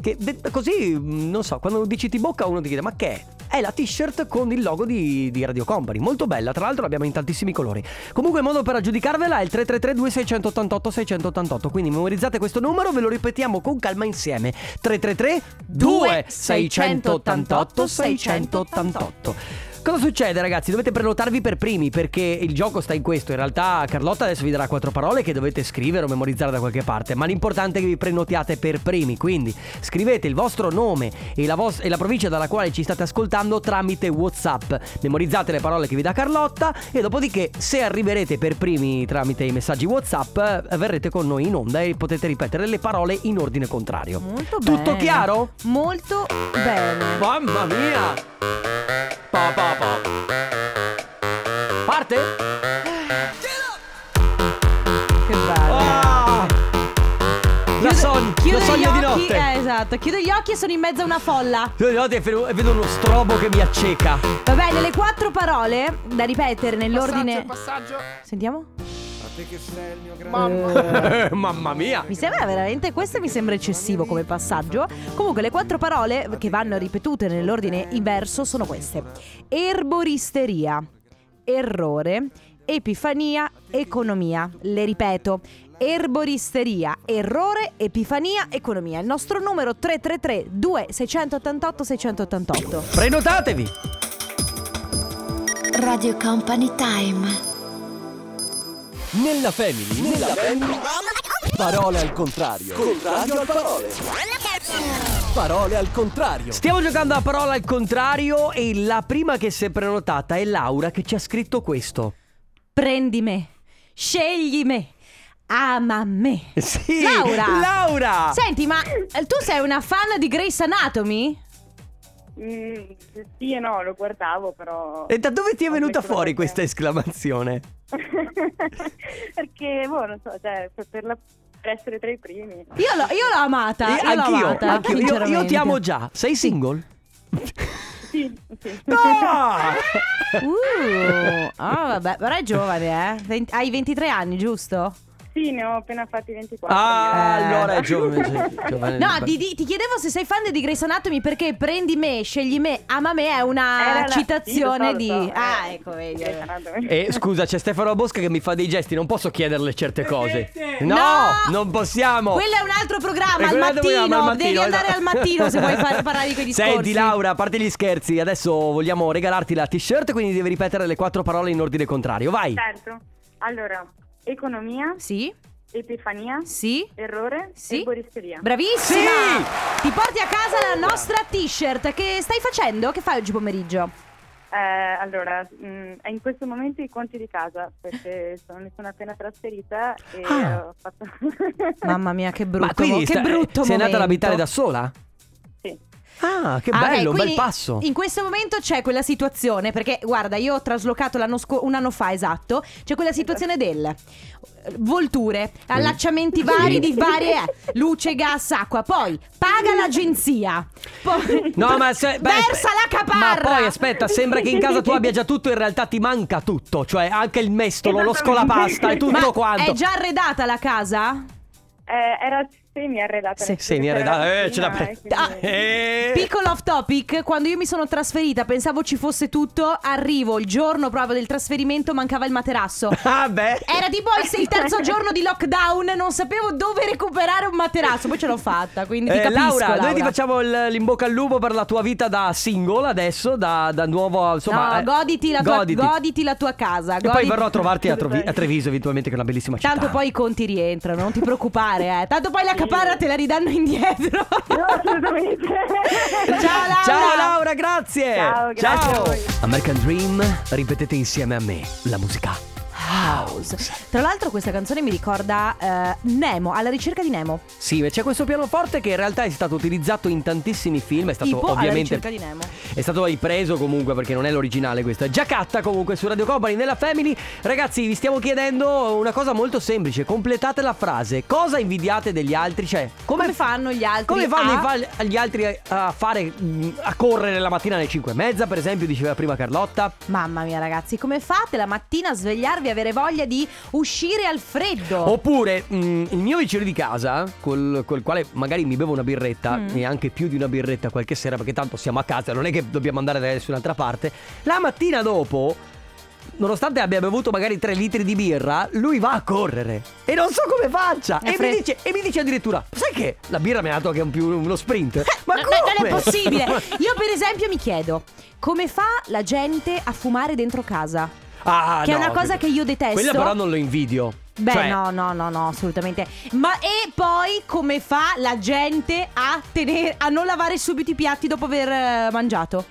Speaker 1: Che detta così, mh, non so, quando dici T-Bocca uno ti chiede ma che è? È la t-shirt con il logo di, di Radio Company, molto bella, tra l'altro l'abbiamo in tantissimi colori. Comunque il modo per aggiudicarvela è il 333 688 688, quindi memorizzate questo numero, ve lo ripetiamo con calma insieme. 333 2688 688. Cosa succede ragazzi? Dovete prenotarvi per primi perché il gioco sta in questo. In realtà Carlotta adesso vi darà quattro parole che dovete scrivere o memorizzare da qualche parte, ma l'importante è che vi prenotiate per primi. Quindi scrivete il vostro nome e la, vos- e la provincia dalla quale ci state ascoltando tramite Whatsapp. Memorizzate le parole che vi dà Carlotta e dopodiché se arriverete per primi tramite i messaggi Whatsapp eh, verrete con noi in onda e potete ripetere le parole in ordine contrario.
Speaker 2: Molto bene.
Speaker 1: Tutto chiaro?
Speaker 2: Molto bene.
Speaker 1: Mamma mia! Pa, pa, pa. Parte?
Speaker 2: Boh, Che bello.
Speaker 1: Ah! La, son-
Speaker 2: Chiudo
Speaker 1: la soglia
Speaker 2: gli
Speaker 1: di
Speaker 2: occhi,
Speaker 1: notte!
Speaker 2: eh, esatto, chiudo gli occhi e sono in mezzo a una folla.
Speaker 1: Chiudo gli occhi e vedo- e vedo uno strobo che mi acceca.
Speaker 2: Va bene, le quattro parole da ripetere nell'ordine.
Speaker 12: Passaggio,
Speaker 2: Sentiamo?
Speaker 12: A te che sei il mio
Speaker 1: Eh, Mamma mia!
Speaker 2: Mi sembra veramente, questo mi sembra eccessivo come passaggio. Comunque le quattro parole che vanno ripetute nell'ordine inverso sono queste. Erboristeria, errore, epifania, economia. Le ripeto. Erboristeria, errore, epifania, economia. Il nostro numero 333 2688 688.
Speaker 1: Prenotatevi!
Speaker 3: Radio Company Time.
Speaker 6: Nella family, nella family. Parole al contrario. Contrario al parole. Parole al contrario.
Speaker 1: Stiamo giocando a parola al contrario e la prima che si è prenotata è Laura che ci ha scritto questo.
Speaker 2: Prendi me, scegli me, ama me.
Speaker 1: Sì,
Speaker 2: Eh Laura!
Speaker 1: Laura!
Speaker 2: Senti, ma tu sei una fan di Grace Anatomy?
Speaker 13: Mm, sì e no, lo guardavo però.
Speaker 1: E da dove ti è
Speaker 13: Ho
Speaker 1: venuta
Speaker 13: messo la
Speaker 1: fuori
Speaker 13: voce.
Speaker 1: questa esclamazione?
Speaker 13: Perché, boh, non so, cioè, per, per la- per essere tra i primi.
Speaker 2: Io l'ho, io l'ho amata.
Speaker 1: Eh,
Speaker 2: io l'ho
Speaker 1: anch'io,
Speaker 2: amata,
Speaker 1: anch'io. Io- Io,
Speaker 2: sinceramente.
Speaker 1: ti amo già. Sei single?
Speaker 13: Sì, sì.
Speaker 2: Ah! Uh, ah, vabbè, però è giovane, eh. Vent- hai 23 anni, giusto?
Speaker 13: Sì, ne ho appena fatti 24.
Speaker 1: Ah,
Speaker 13: quindi-
Speaker 1: allora è giovane. sì, giovane.
Speaker 2: eh. No, di- di- ti chiedevo se sei fan di Grace Anatomy perché prendi me, scegli me, ama me è
Speaker 13: Eh,
Speaker 2: una
Speaker 13: la-
Speaker 2: Ah, citazione
Speaker 13: sì, lo so,
Speaker 2: di...
Speaker 13: lo so,
Speaker 2: Ah,
Speaker 13: eh,
Speaker 2: ecco, vedi.
Speaker 13: Grace Anatomy.
Speaker 1: E scusa, c'è Stefano Bosca che mi fa dei gesti, non posso chiederle certe cose. No,
Speaker 2: No!
Speaker 1: non possiamo.
Speaker 2: Quello è un altro
Speaker 1: E
Speaker 2: programma, al
Speaker 1: quello
Speaker 2: mattino,
Speaker 1: dobbiamo- ma al
Speaker 2: devi
Speaker 1: mattino,
Speaker 2: andare
Speaker 1: esatto.
Speaker 2: al mattino se vuoi far parlare di quei discorsi.
Speaker 1: Senti Laura, a parte gli scherzi, adesso vogliamo regalarti la t-shirt, quindi devi ripetere le quattro parole in ordine contrario. Vai.
Speaker 13: Certo. Allora, economia.
Speaker 2: Sì.
Speaker 13: Epifania.
Speaker 2: Sì.
Speaker 13: Errore.
Speaker 2: Sì.
Speaker 13: Erboristeria.
Speaker 2: Bravissima! Ti porti a casa la nostra t-shirt. Che stai facendo? Che fai oggi pomeriggio?
Speaker 13: Eh, allora, mm, in questo momento i conti di casa, perché sono- mi sono appena trasferita e
Speaker 1: Ah.
Speaker 13: ho fatto...
Speaker 2: Mamma mia, che brutto.
Speaker 1: Ma quindi
Speaker 2: che
Speaker 1: sta- eh,
Speaker 2: brutto
Speaker 1: sei andata
Speaker 2: momento.
Speaker 1: ad abitare da sola?
Speaker 13: Sì.
Speaker 1: Ah, che
Speaker 2: Ah, ok,
Speaker 1: bello, un bel
Speaker 2: quindi
Speaker 1: passo.
Speaker 2: In questo momento c'è quella situazione, perché guarda, io ho traslocato l'anno sco- un anno fa esatto, c'è quella situazione del eh, volture, allacciamenti vari di varie eh, luce, gas, acqua, poi paga l'agenzia. Poi
Speaker 1: No, ma se, beh,
Speaker 2: versa la
Speaker 1: aspe-
Speaker 2: caparra.
Speaker 1: Ma poi aspetta, sembra che in casa tu abbia già tutto, in realtà ti manca tutto, cioè anche il mestolo, lo
Speaker 13: Esattamente.
Speaker 1: scolapasta e tutto
Speaker 2: Ma
Speaker 1: quanto.
Speaker 2: È già arredata la casa?
Speaker 13: Eh, era semi-arredata.
Speaker 1: Sì,
Speaker 13: nel senso
Speaker 1: sì, mi era
Speaker 13: che era
Speaker 1: da- eh,
Speaker 13: la
Speaker 1: ce l'ha
Speaker 13: cucina
Speaker 1: pre-
Speaker 13: e quindi-
Speaker 1: Ah, eh.
Speaker 2: Piccolo off topic, quando io mi sono trasferita pensavo ci fosse tutto, arrivo il giorno proprio del trasferimento, mancava il materasso.
Speaker 1: Ah, beh.
Speaker 2: Era tipo il, il terzo giorno di lockdown, non sapevo dove recuperare un materasso, poi ce l'ho fatta, quindi ti
Speaker 1: Eh,
Speaker 2: capisco
Speaker 1: Laura, noi ti
Speaker 2: Laura.
Speaker 1: facciamo il- l'in bocca al lupo per la tua vita da single adesso, da, da nuovo, insomma...
Speaker 2: no,
Speaker 1: eh,
Speaker 2: goditi la,
Speaker 1: goditi.
Speaker 2: Tua, goditi la tua casa.
Speaker 1: E poi
Speaker 2: goditi-
Speaker 1: verrò a trovarti a, Trovi- a Treviso eventualmente che è una bellissima città.
Speaker 2: Tanto poi i conti rientrano, non ti preoccupare, eh. Tanto poi la caparra te la ridanno indietro.
Speaker 13: No, assolutamente.
Speaker 2: Ciao Laura.
Speaker 1: Ciao Laura, grazie.
Speaker 2: Ciao, grazie a voi.
Speaker 1: American Dream, ripetete insieme a me la musica.
Speaker 2: House. Tra l'altro questa canzone mi ricorda eh, Nemo, alla ricerca di Nemo.
Speaker 1: Sì, c'è questo pianoforte che in realtà è stato utilizzato in tantissimi film, è stato
Speaker 2: tipo
Speaker 1: ovviamente
Speaker 2: alla ricerca di Nemo.
Speaker 1: È stato ripreso comunque perché non è l'originale questo. È Giacatta comunque su Radio Company nella Family. Ragazzi, vi stiamo chiedendo una cosa molto semplice. Completate la frase. Cosa invidiate degli altri? Cioè, come,
Speaker 2: Come fanno gli altri?
Speaker 1: come fanno
Speaker 2: a-
Speaker 1: i fa- gli altri a a fare mh, a correre la mattina alle 5 e mezza, per esempio, diceva prima Carlotta.
Speaker 2: Mamma mia ragazzi, come fate la mattina a svegliarvi e avere voglia di uscire al freddo?
Speaker 1: Oppure mh, il mio vicino di casa, col, col quale magari mi bevo una birretta,
Speaker 2: Mm.
Speaker 1: e anche più di una birretta qualche sera, perché tanto siamo a casa, non è che dobbiamo andare da nessun'altra parte. La mattina dopo nonostante abbia bevuto magari 3 litri di birra, lui va a correre. E non so come faccia.
Speaker 2: È
Speaker 1: E mi,
Speaker 2: fre-
Speaker 1: dice, e mi dice addirittura: Sai che la birra mi ha dato anche un più- uno sprint? Ma
Speaker 2: Eh, No,
Speaker 1: come?
Speaker 2: no, non è possibile. Io per esempio mi chiedo come fa la gente a fumare dentro casa?
Speaker 1: Ah,
Speaker 2: che è
Speaker 1: no,
Speaker 2: una cosa
Speaker 1: quella-
Speaker 2: che io detesto.
Speaker 1: Quella però non lo invidio.
Speaker 2: Beh,
Speaker 1: Cioè,
Speaker 2: no, no, no, no, assolutamente. Ma e poi come fa la gente a, tenere, a non lavare subito i piatti dopo aver eh, mangiato?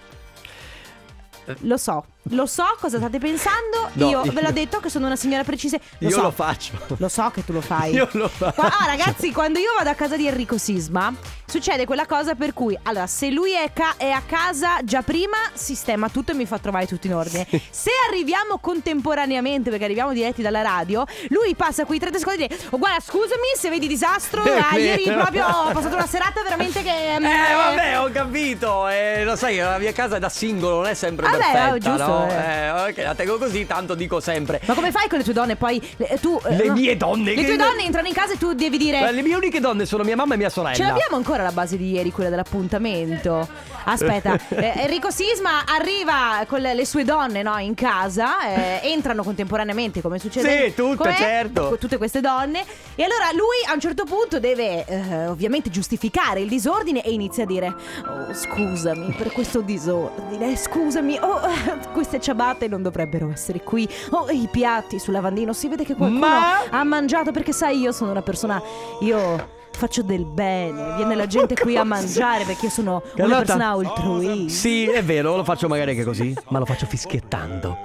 Speaker 2: Lo so, lo so cosa state pensando.
Speaker 1: Eh. No,
Speaker 2: io
Speaker 1: io-
Speaker 2: ve l'ho detto che sono una signora precisa. Lo
Speaker 1: Io
Speaker 2: so,
Speaker 1: lo faccio.
Speaker 2: Lo so che tu lo fai.
Speaker 1: Io lo faccio.
Speaker 2: Qua- ah, ragazzi, quando io vado a casa di Enrico Sisma, succede quella cosa per cui, allora, se lui è, ca- è a casa già prima, sistema tutto e mi fa trovare tutto in ordine. Se arriviamo contemporaneamente, perché arriviamo diretti dalla radio, lui passa quei 30 secondi e dice, oh, guarda, scusami se vedi disastro,
Speaker 1: È
Speaker 2: ah, ieri
Speaker 1: Eh, vero."
Speaker 2: proprio ho passato una serata veramente che... mm,
Speaker 1: Eh, vabbè, ho capito. Eh, lo sai, la mia casa è da singolo, non è sempre
Speaker 2: Vabbè,
Speaker 1: perfetta,
Speaker 2: oh, giusto,
Speaker 1: no?
Speaker 2: eh.
Speaker 1: Eh, ok, la tengo così, tanto dico sempre.
Speaker 2: Ma come fai con le tue donne? Poi le- tu... eh,
Speaker 1: Le
Speaker 2: no.
Speaker 1: mie donne
Speaker 2: Le
Speaker 1: che-
Speaker 2: tue donne entrano in casa e tu devi dire...
Speaker 1: Eh, Le mie uniche donne sono mia mamma e mia sorella.
Speaker 2: Ce l'abbiamo ancora la base di ieri, quella dell'appuntamento. Aspetta, eh, Enrico Sisma arriva con le, le sue donne no, in casa, eh, entrano contemporaneamente come succede.
Speaker 1: Sì, tutte,
Speaker 2: com'è?
Speaker 1: certo.
Speaker 2: Tutte queste donne. E allora lui a un certo punto deve eh, ovviamente giustificare il disordine e inizia a dire "Oh, scusami per questo disordine, scusami, oh, eh, queste ciabatte non dovrebbero essere qui, oh, i piatti sul lavandino, si vede che qualcuno
Speaker 1: Ma-
Speaker 2: ha mangiato perché sai io sono una persona io faccio del bene viene la gente qui a
Speaker 1: Cosa?
Speaker 2: mangiare perché io sono una
Speaker 1: Carlotta?
Speaker 2: persona altruista
Speaker 1: Sì, è vero, lo faccio magari anche così, ma lo faccio fischiettando.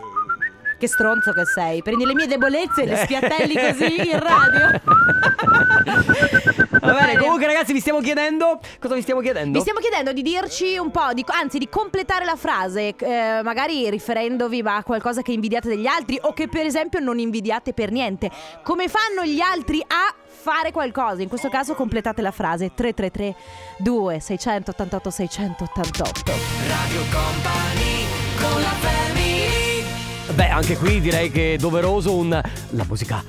Speaker 2: che stronzo che sei prendi le mie debolezze e le spiattelli così in radio
Speaker 1: Va bene, comunque ragazzi, vi stiamo chiedendo cosa vi stiamo chiedendo?
Speaker 2: vi stiamo chiedendo di dirci un po', di- anzi di completare la frase, eh, magari riferendovi a qualcosa che invidiate degli altri o che per esempio non invidiate per niente. Come fanno gli altri a fare qualcosa? In questo caso completate la frase 333 2688 688.
Speaker 1: Beh, anche qui direi che è doveroso un la musica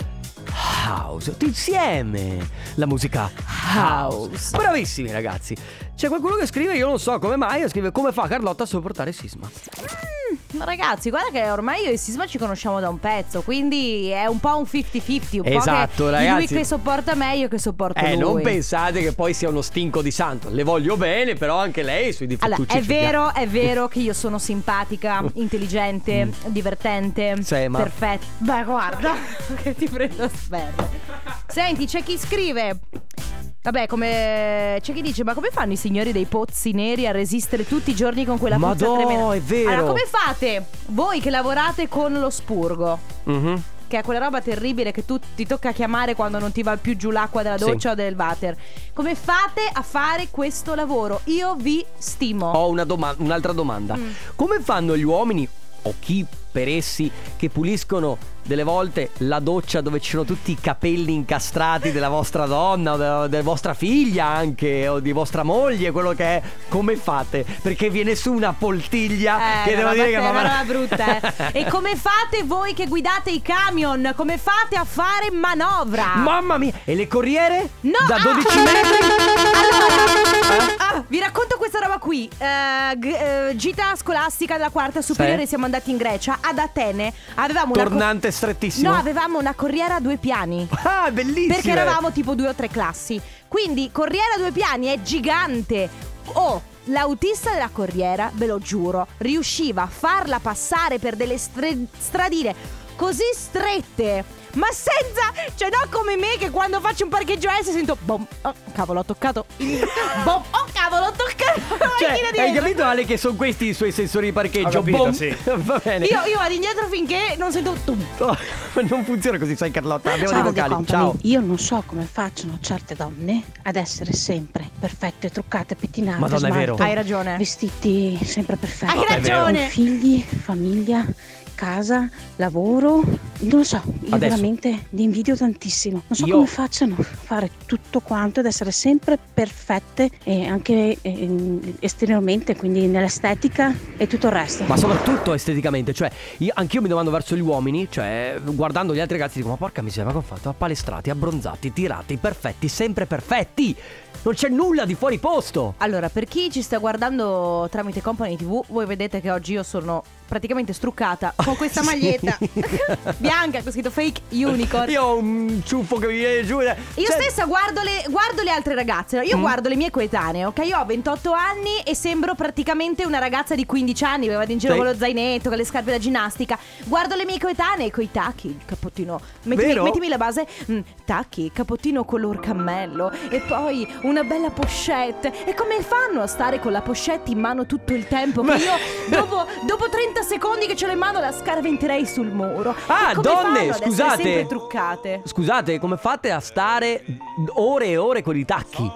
Speaker 1: house, tutti insieme. La musica house. Bravissimi ragazzi. C'è qualcuno che scrive, io non so come mai, scrive come fa Carlotta a sopportare Sisma.
Speaker 2: Mm, Ma ragazzi, guarda che ormai io e Sisma ci conosciamo da un pezzo, quindi è un po' un 50-50, un
Speaker 1: Esatto,
Speaker 2: po' che lui
Speaker 1: ragazzi.
Speaker 2: che sopporta me e io che sopporto
Speaker 1: Eh,
Speaker 2: lui.
Speaker 1: non pensate che poi sia uno stinco di santo. Le voglio bene, però anche lei sui difettucci.
Speaker 2: Allora, è
Speaker 1: Cioè, ci piace.
Speaker 2: vero, è vero che io sono simpatica, intelligente, divertente,
Speaker 1: Sì, Mm. ma-
Speaker 2: perfetta. Beh, guarda, che ti prendo a sferra. Senti, c'è chi scrive. Vabbè, come c'è chi dice, ma come fanno i signori dei pozzi neri a resistere tutti i giorni con quella puzza
Speaker 1: Madò,
Speaker 2: tremenda?
Speaker 1: è vero.
Speaker 2: Allora, come fate voi che lavorate con lo spurgo?
Speaker 1: Mhm.
Speaker 2: Che è quella roba terribile che tu ti tocca chiamare quando non ti va più giù l'acqua della
Speaker 1: Sì.
Speaker 2: doccia o del water. Come fate a fare questo lavoro? Io vi stimo.
Speaker 1: Ho una doma- un'altra domanda.
Speaker 2: Mm.
Speaker 1: Come fanno gli uomini o chi per essi che puliscono delle volte la doccia dove ci sono tutti i capelli incastrati della vostra donna o della, della vostra figlia anche o di vostra moglie, quello che è, come fate? Perché viene su una poltiglia
Speaker 2: Eh,
Speaker 1: che
Speaker 2: no,
Speaker 1: devo
Speaker 2: ma
Speaker 1: dire che
Speaker 2: questa è
Speaker 1: fa-
Speaker 2: una roba brutta. eh. e come fate voi che guidate i camion? Come fate a fare manovra?
Speaker 1: Mamma mia, e le corriere?
Speaker 2: No,
Speaker 1: da
Speaker 2: ah!
Speaker 1: 12 metri?
Speaker 2: Ah, vi racconto questa roba qui. Eh, g- eh, gita scolastica della quarta superiore,
Speaker 1: Sì.
Speaker 2: siamo andati in Grecia, ad Atene. Avevamo una co-
Speaker 1: Tornante strettissimo.
Speaker 2: No, avevamo una corriera a due piani.
Speaker 1: Ah, bellissimo.
Speaker 2: Perché eravamo tipo due o tre classi. Quindi Corriera due piani è gigante. Oh, l'autista della Corriera, ve lo giuro, riusciva a farla passare per delle stre- stradine così strette. Ma senza, cioè no come me che quando faccio un parcheggio S sento bom, oh cavolo ho toccato, bom, oh cavolo ho toccato la
Speaker 1: Cioè,
Speaker 2: macchina di
Speaker 1: hai
Speaker 2: dentro.
Speaker 1: capito Ale che sono questi i suoi sensori di parcheggio?
Speaker 7: Ho capito,
Speaker 1: Boom.
Speaker 7: sì.
Speaker 1: Va bene.
Speaker 2: Io, io vado indietro finché non sento tum.
Speaker 1: Oh, non funziona così, sai Carlotta, abbiamo dei vocali. Ciao.
Speaker 14: Io non so come facciano certe donne ad essere sempre perfette, truccate, pettinate,
Speaker 1: Madonna, è
Speaker 14: smalto,
Speaker 1: vero. Hai
Speaker 2: ragione.
Speaker 14: Vestiti sempre perfetti.
Speaker 2: Hai È vero. ragione.
Speaker 14: Figli, famiglia, casa, lavoro. Non lo so, io
Speaker 1: Adesso.
Speaker 14: veramente li invidio tantissimo. Non so
Speaker 1: Io-
Speaker 14: come facciano a fare tutto quanto ed essere sempre perfette eh, anche eh, esteriormente, quindi nell'estetica e tutto il resto.
Speaker 1: Ma soprattutto esteticamente, cioè, io, anch'io mi domando verso gli uomini, cioè, guardando gli altri ragazzi, dico, ma porca miseria, ma come ho fatto? Appalestrati, abbronzati, tirati, perfetti, sempre perfetti. Non c'è nulla di fuori posto.
Speaker 2: Allora, per chi ci sta guardando tramite Company TV, voi vedete che oggi io sono praticamente struccata con questa maglietta bianca con scritto fake unicorn.
Speaker 1: Io ho un ciuffo che mi viene giù. Cioè, Io
Speaker 2: Io stessa guardo le, guardo le altre ragazze, no?
Speaker 1: Mm.
Speaker 2: io guardo le mie coetanee, ok? Io ho 28 anni e sembro praticamente una ragazza di 15 anni, aveva in giro
Speaker 1: Sì.
Speaker 2: con lo zainetto, con le scarpe da ginnastica. Guardo le mie coetanee coi tacchi, il cappottino. Mettimi,
Speaker 1: Vero?
Speaker 2: mettimi la base, mm, tacchi, cappottino color cammello e poi una bella pochette. E come fanno a stare con la pochette in mano tutto il tempo? Che io dopo, dopo 30 secondi che ce l'ho in mano la scarventerei sul muro.
Speaker 1: Ah,
Speaker 2: Ma come fanno
Speaker 1: donne,
Speaker 2: ad essere
Speaker 1: scusate.
Speaker 2: sempre truccate.
Speaker 1: Scusate, come fate a stare ore e ore con i tacchi?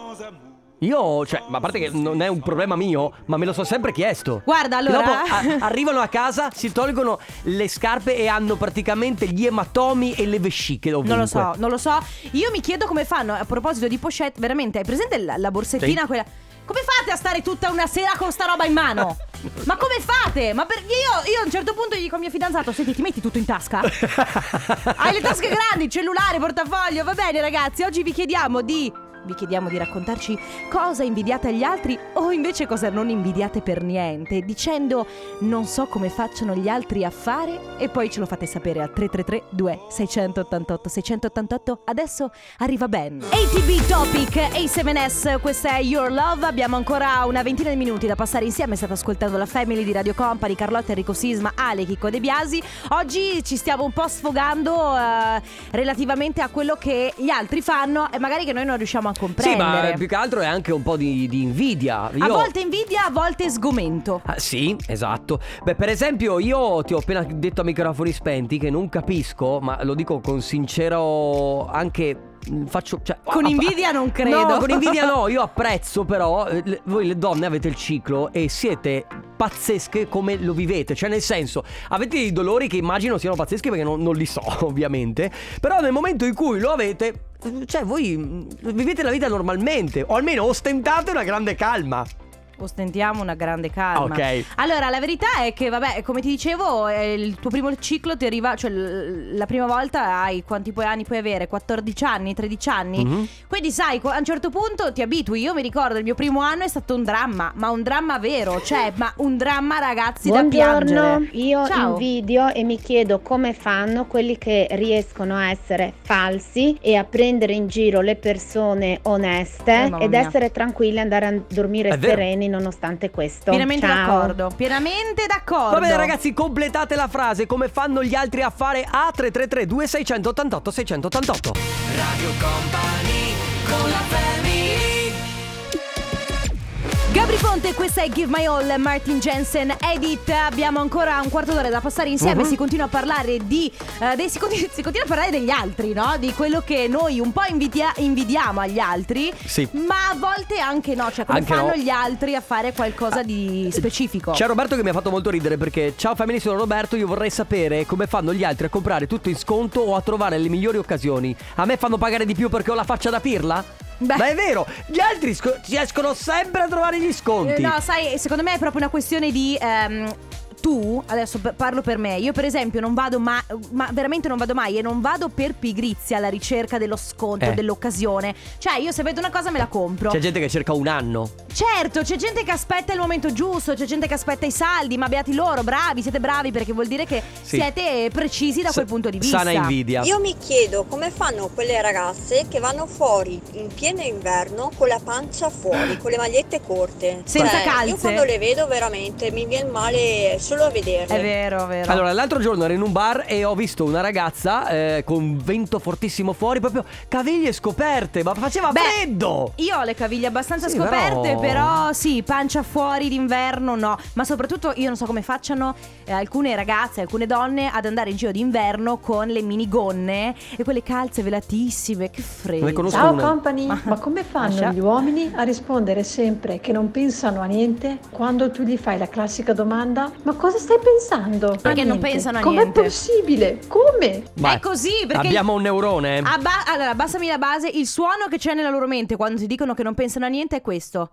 Speaker 1: Io, cioè, ma a parte che non è un problema mio, ma me lo sono sempre chiesto.
Speaker 2: Guarda, allora-
Speaker 1: Che Dopo ah, a- arrivano a casa, si tolgono le scarpe e hanno praticamente gli ematomi e le vesciche ovunque.
Speaker 2: Non lo so, non lo so. Io mi chiedo come fanno. A proposito di pochette, veramente, hai presente la, la borsettina?
Speaker 1: Sì.
Speaker 2: Quella. Come fate a stare tutta una sera con sta roba in mano? Ma come fate? Ma perché io, io a un certo punto gli dico a mio fidanzato: Senti, ti metti tutto in tasca? Hai le tasche grandi, cellulare, portafoglio. Va bene, ragazzi, oggi vi chiediamo di. Vi chiediamo di raccontarci cosa invidiate agli altri o invece cosa non invidiate per niente, dicendo non so come facciano gli altri a fare e poi ce lo fate sapere al 333 2688 688. Adesso arriva Ben. ATB Topic A7S, questa è Your Love. Abbiamo ancora una ventina di minuti da passare insieme. State ascoltando la Family di Radio Company, Carlotta, Enrico Sisma, Ale, Chicco De Biasi. Oggi ci stiamo un po' sfogando eh, relativamente a quello che gli altri fanno e magari che noi non riusciamo a
Speaker 1: Sì,
Speaker 2: comprendere.
Speaker 1: ma più che altro è anche un po' di, di invidia. Io...
Speaker 2: A volte invidia, a volte sgomento.
Speaker 1: Ah, sì, esatto. Beh, per esempio, io ti ho appena detto a microfoni spenti che non capisco, ma lo dico con sincero anche. mm, Faccio, cioè,
Speaker 2: Con
Speaker 1: app-
Speaker 2: invidia non credo.
Speaker 1: No, con invidia no, io apprezzo però, eh, le- voi le donne avete il ciclo e siete pazzesche come lo vivete, cioè nel senso avete dei dolori che immagino siano pazzeschi perché non, non li so ovviamente, però nel momento in cui lo avete, eh, cioè voi mm, vivete la vita normalmente o almeno ostentate una grande calma.
Speaker 2: Ostentiamo una grande calma.
Speaker 1: Ah, Ok.
Speaker 2: Allora, la verità è che, vabbè, come ti dicevo, eh, il tuo primo ciclo ti arriva, cioè l- la prima volta hai quanti poi anni puoi avere? 14 anni, 13
Speaker 15: Mm.
Speaker 2: anni?
Speaker 1: Mhm.
Speaker 2: Quindi sai, co- a un certo punto ti abitui. Io mi ricordo il mio primo anno è stato un dramma, ma un dramma vero, cioè, ma un dramma ragazzi da
Speaker 15: Buongiorno,
Speaker 2: piangere.
Speaker 15: io
Speaker 2: Ciao.
Speaker 15: invidio e mi chiedo come fanno quelli che riescono a essere falsi e a prendere in giro le persone oneste
Speaker 2: Eh, mamma
Speaker 15: ed
Speaker 2: mia.
Speaker 15: essere tranquilli e andare a dormire
Speaker 1: È vero.
Speaker 15: sereni nonostante questo.
Speaker 2: Pienamente
Speaker 15: Ciao.
Speaker 2: d'accordo, pienamente d'accordo.
Speaker 1: Va bene ragazzi, completate la frase come fanno gli altri a fare a 333 2688 688.
Speaker 3: Radio Company con la family.
Speaker 2: Gabri Ponte, questa è Give My All, Martin Jensen, Edit. Abbiamo ancora un quarto d'ora da passare insieme.
Speaker 1: Mhm.
Speaker 2: Si continua a parlare di. eh, dei- si, continu- si continua a parlare degli altri, no? Di quello che noi un po' invidia- invidiamo agli altri.
Speaker 1: Sì.
Speaker 2: Ma a volte anche no. Cioè, come
Speaker 1: Anche
Speaker 2: fanno
Speaker 1: no. Ah, cioè,
Speaker 2: gli altri a fare qualcosa di specifico?
Speaker 1: C'è Roberto che mi ha fatto molto ridere perché Ciao family sono Roberto, io vorrei sapere come fanno gli altri a comprare tutto in sconto o a trovare le migliori occasioni. A me fanno pagare di più perché ho la faccia da pirla?
Speaker 2: Beh.
Speaker 1: Ma è vero, gli altri sco- riescono sempre a trovare gli
Speaker 2: Eh,
Speaker 1: sconti.
Speaker 2: No, sai, secondo me è proprio una questione di. ehm, tu, adesso p- parlo per me, io per esempio non vado mai, ma veramente non vado mai e non vado per pigrizia alla ricerca dello sconto,
Speaker 1: Eh.
Speaker 2: dell'occasione. Cioè io se vedo una cosa me la compro.
Speaker 1: C'è gente che cerca un anno.
Speaker 2: Certo, c'è gente che aspetta il momento giusto, c'è gente che aspetta i saldi, ma beati loro, bravi, siete bravi perché vuol dire che
Speaker 1: Sì.
Speaker 2: siete precisi da
Speaker 1: Sa-
Speaker 2: quel punto di vista.
Speaker 1: sana invidia.
Speaker 16: Io mi chiedo come fanno quelle ragazze che vanno fuori in pieno inverno con la pancia fuori, con le magliette corte.
Speaker 2: Senza
Speaker 16: Cioè,
Speaker 2: calze?
Speaker 16: Io quando le vedo veramente mi viene male solo a vederle.
Speaker 2: È vero, è vero.
Speaker 1: Allora, l'altro giorno ero in un bar e ho visto una ragazza eh, con vento fortissimo fuori, proprio caviglie scoperte, ma faceva
Speaker 2: Beh,
Speaker 1: freddo!
Speaker 2: Io ho le caviglie abbastanza
Speaker 1: Sì,
Speaker 2: scoperte,
Speaker 1: però-
Speaker 2: però... sì, pancia fuori d'inverno no. Ma soprattutto io non so come facciano eh, alcune ragazze, alcune donne ad andare in giro d'inverno con le minigonne e quelle calze velatissime. Che freddo.
Speaker 1: Ne conosco Ciao, una.
Speaker 17: company, ma come fanno gli uomini a rispondere sempre che non pensano a niente quando tu gli fai la classica domanda ma cosa stai pensando?
Speaker 2: Perché Eh, non pensano a niente.
Speaker 17: Com'è possibile? Come?
Speaker 1: Vai.
Speaker 2: È così perché... Ah.
Speaker 1: Abbiamo un neurone. eh.
Speaker 2: Abba- allora, abbassami la base. Il suono che c'è nella loro mente quando ti dicono che non pensano a niente è questo.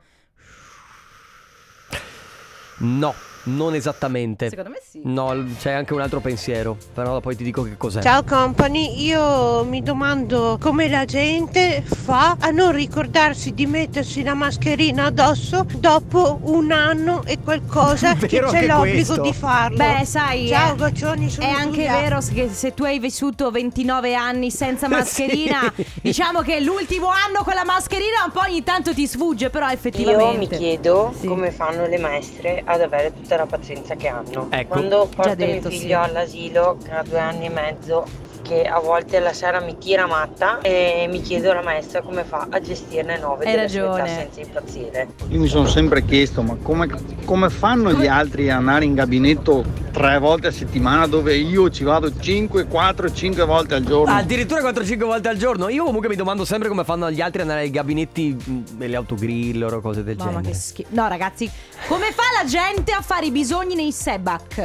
Speaker 1: No. Non esattamente.
Speaker 18: Secondo me sì.
Speaker 1: No, l- c'è anche un altro pensiero, però poi ti dico che cos'è.
Speaker 19: Ciao company, io mi domando come la gente fa a non ricordarsi di mettersi la mascherina addosso dopo un anno e qualcosa che
Speaker 2: Vero
Speaker 19: c'è
Speaker 2: anche
Speaker 19: l'obbligo
Speaker 2: questo.
Speaker 19: di farlo.
Speaker 2: Beh, sai,
Speaker 19: Ciao
Speaker 2: eh,
Speaker 19: Goccioni, sono
Speaker 2: È anche
Speaker 19: Giulia.
Speaker 2: vero che se tu hai vissuto 29 anni senza mascherina,
Speaker 19: Sì.
Speaker 2: diciamo che l'ultimo anno con la mascherina un po' ogni tanto ti sfugge, però effettivamente.
Speaker 20: Io mi chiedo come fanno le maestre ad avere tutta la pazienza che hanno.
Speaker 2: Ecco.
Speaker 20: Quando
Speaker 2: Già
Speaker 20: porto
Speaker 2: detto,
Speaker 20: mio
Speaker 2: sì.
Speaker 20: figlio all'asilo, che ha due anni e mezzo, che a volte la sera mi tira matta e mi chiedo alla maestra come fa a gestirne nove
Speaker 2: Hai
Speaker 20: della sua età
Speaker 2: ragione.
Speaker 20: senza impazzire.
Speaker 21: Io mi sono sempre chiesto, ma come, come fanno gli altri ad andare in gabinetto tre volte a settimana dove io ci vado 5, 4, 5 volte al giorno?
Speaker 1: Boh, Addirittura 4-5 volte al giorno. Io comunque mi domando sempre come fanno gli altri ad andare ai gabinetti mh, delle autogrill o cose del
Speaker 2: Mamma
Speaker 1: genere.
Speaker 2: che schifo. No, ragazzi, come fa la gente a fare i bisogni nei sebac?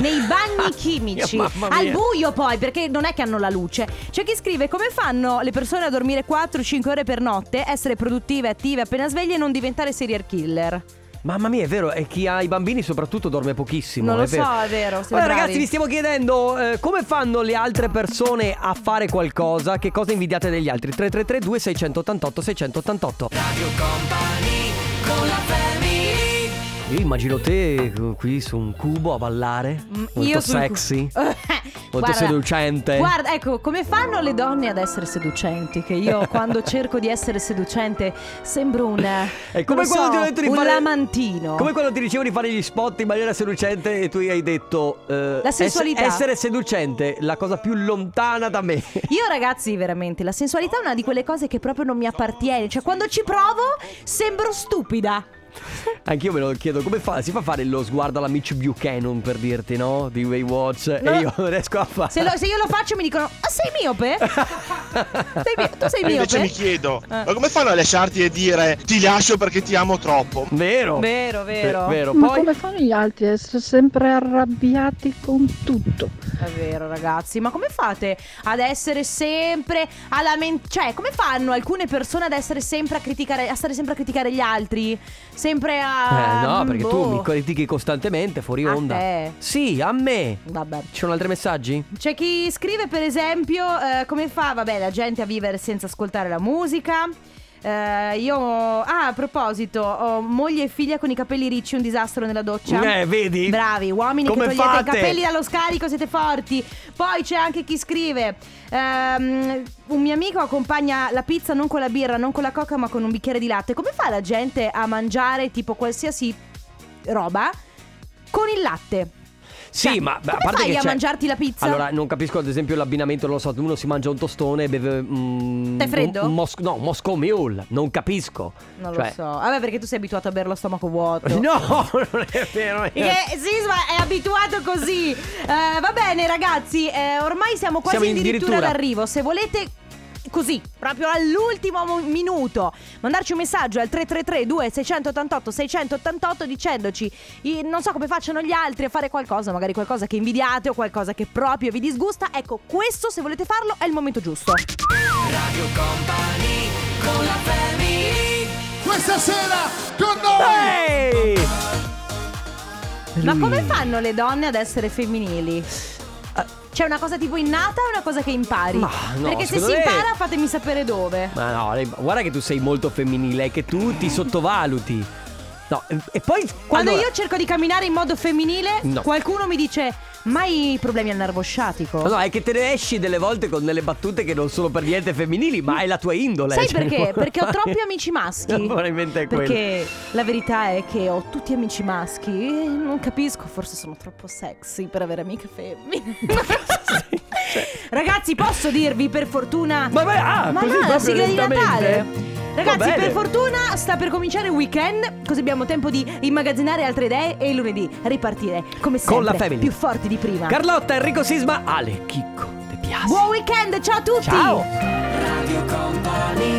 Speaker 2: Nei bagni chimici?
Speaker 22: Mia mamma
Speaker 2: al
Speaker 22: mia.
Speaker 2: buio poi, perché non è che hanno la luce. C'è chi scrive come fanno le persone a dormire 4-5 ore per notte, essere produttive, attive appena sveglie e non diventare serial killer.
Speaker 1: Mamma mia, è vero, e chi ha i bambini soprattutto dorme pochissimo.
Speaker 2: Non lo
Speaker 1: è vero.
Speaker 2: so, è vero, siamo
Speaker 1: Allora,
Speaker 2: bravi.
Speaker 1: ragazzi, vi stiamo chiedendo eh, come fanno le altre persone a fare qualcosa, che cosa invidiate degli altri. 333 2688 688 Io immagino te eh, qui su un cubo a ballare. molto
Speaker 2: Mm, io sul cu-
Speaker 1: sexy. molto
Speaker 2: Guarda,
Speaker 1: seducente.
Speaker 2: Guarda, ecco, come fanno le donne ad essere seducenti? Che io quando cerco di essere seducente sembro un...
Speaker 1: È Eh, come
Speaker 2: non
Speaker 1: quando
Speaker 2: so,
Speaker 1: ti ho detto di
Speaker 2: un
Speaker 1: fare-
Speaker 2: lamantino.
Speaker 1: Come quando ti dicevo di fare gli spot in maniera seducente e tu hai detto... eh,
Speaker 2: La sensualità.
Speaker 1: ess- essere seducente, la cosa più lontana da me.
Speaker 2: Io ragazzi, veramente, la sensualità è una di quelle cose che proprio non mi appartiene. Cioè, quando ci provo, sembro stupida.
Speaker 1: Anch'io me lo chiedo, come fa? Si fa fare lo sguardo alla Mitch Buchanan per dirti, no? Di Waywatch.
Speaker 2: No.
Speaker 1: E io non riesco a fare.
Speaker 2: Se, lo- se io lo faccio mi dicono, ah sei miope? sei mi- tu sei
Speaker 23: Io Invece
Speaker 2: miope?
Speaker 23: mi chiedo, ma come fanno a lasciarti e dire ti lascio perché ti amo troppo?
Speaker 1: Vero.
Speaker 2: Vero, vero.
Speaker 24: Ma come fanno gli altri ad essere sempre arrabbiati con tutto?
Speaker 2: È vero ragazzi, ma come fate ad essere sempre a lament- Cioè, come fanno alcune persone ad essere sempre a criticare, a stare sempre a criticare gli altri? Sempre a...
Speaker 1: Eh, no,
Speaker 2: mm,
Speaker 1: perché
Speaker 2: boh.
Speaker 1: tu mi critichi costantemente fuori
Speaker 2: A
Speaker 1: onda.
Speaker 2: te.
Speaker 1: Sì, a me.
Speaker 2: Vabbè.
Speaker 1: Ci sono altri messaggi?
Speaker 2: C'è chi scrive, per esempio, eh, come fa, vabbè, la gente a vivere senza ascoltare la musica. Eh, io, ah, a proposito, ho moglie e figlia con i capelli ricci, un disastro nella doccia.
Speaker 1: Eh, vedi?
Speaker 2: Bravi, uomini
Speaker 1: Come
Speaker 2: che togliete
Speaker 1: fate?
Speaker 2: i capelli dallo scarico, siete forti. Poi c'è anche chi scrive. ehm, un mio amico accompagna la pizza non con la birra, non con la coca, ma con un bicchiere di latte. Come fa la gente a mangiare tipo qualsiasi roba con il latte?
Speaker 1: Sì, ma beh, a
Speaker 2: Cioè, come
Speaker 1: parte
Speaker 2: fai
Speaker 1: che
Speaker 2: a
Speaker 1: c'è-
Speaker 2: mangiarti la pizza?
Speaker 1: Allora, non capisco ad esempio l'abbinamento, non lo so, uno si mangia un tostone e beve mm,
Speaker 2: Stai freddo?
Speaker 1: Un, un Mos- no, un Moscow Mule, non capisco.
Speaker 2: Non
Speaker 1: Cioè-
Speaker 2: lo so. Vabbè, perché tu sei abituato a bere lo stomaco vuoto.
Speaker 1: No, non è vero. è vero.
Speaker 2: Perché Sisma è abituato così. Eh, va bene, ragazzi. eh, ormai siamo quasi
Speaker 1: Siamo in
Speaker 2: addirittura
Speaker 1: dirittura.
Speaker 2: all'arrivo. Se volete. Così, proprio all'ultimo mo- minuto, mandarci un messaggio al 333-2688-688 dicendoci i- non so come facciano gli altri a fare qualcosa, magari qualcosa che invidiate o qualcosa che proprio vi disgusta. Ecco, questo se volete farlo è il momento giusto.
Speaker 25: Questa sera con
Speaker 1: noi!
Speaker 2: Ma
Speaker 25: Lui.
Speaker 2: come fanno le donne ad essere femminili? C'è una cosa tipo innata o una cosa che impari?
Speaker 1: no,
Speaker 2: Perché se
Speaker 1: secondo
Speaker 2: si
Speaker 1: me-
Speaker 2: impara fatemi sapere dove.
Speaker 1: Ma no, lei- guarda che tu sei molto femminile, è che tu ti sottovaluti. No, e, e poi
Speaker 2: Quando
Speaker 1: allora-
Speaker 2: io cerco di camminare in modo femminile,
Speaker 1: No.
Speaker 2: qualcuno mi dice: Ma hai problemi al nervo sciatico?
Speaker 1: No, è che te ne esci delle volte con delle battute che non sono per niente femminili, ma è la tua indole.
Speaker 2: Sai
Speaker 1: cioè,
Speaker 2: perché?
Speaker 1: vorrei-
Speaker 2: Perché ho troppi amici maschi.
Speaker 1: Probabilmente è quello.
Speaker 2: Perché la verità è che ho tutti amici maschi e non capisco, forse sono troppo sexy per avere amiche femmine. Ragazzi, posso dirvi per fortuna.
Speaker 1: cioè. Ma, ah,
Speaker 2: ma
Speaker 1: così
Speaker 2: no, la
Speaker 1: proprio
Speaker 2: sigla di
Speaker 1: lentamente?
Speaker 2: Natale. Ragazzi,
Speaker 1: Va bene.
Speaker 2: per fortuna sta per cominciare il weekend, così abbiamo tempo di immagazzinare altre idee e il lunedì ripartire come sempre
Speaker 1: Con la family.
Speaker 2: più forti di prima.
Speaker 1: Carlotta, Enrico Sisma, Ale, Chicco.
Speaker 2: Buon weekend, ciao a tutti!
Speaker 1: Ciao.
Speaker 3: Radio Company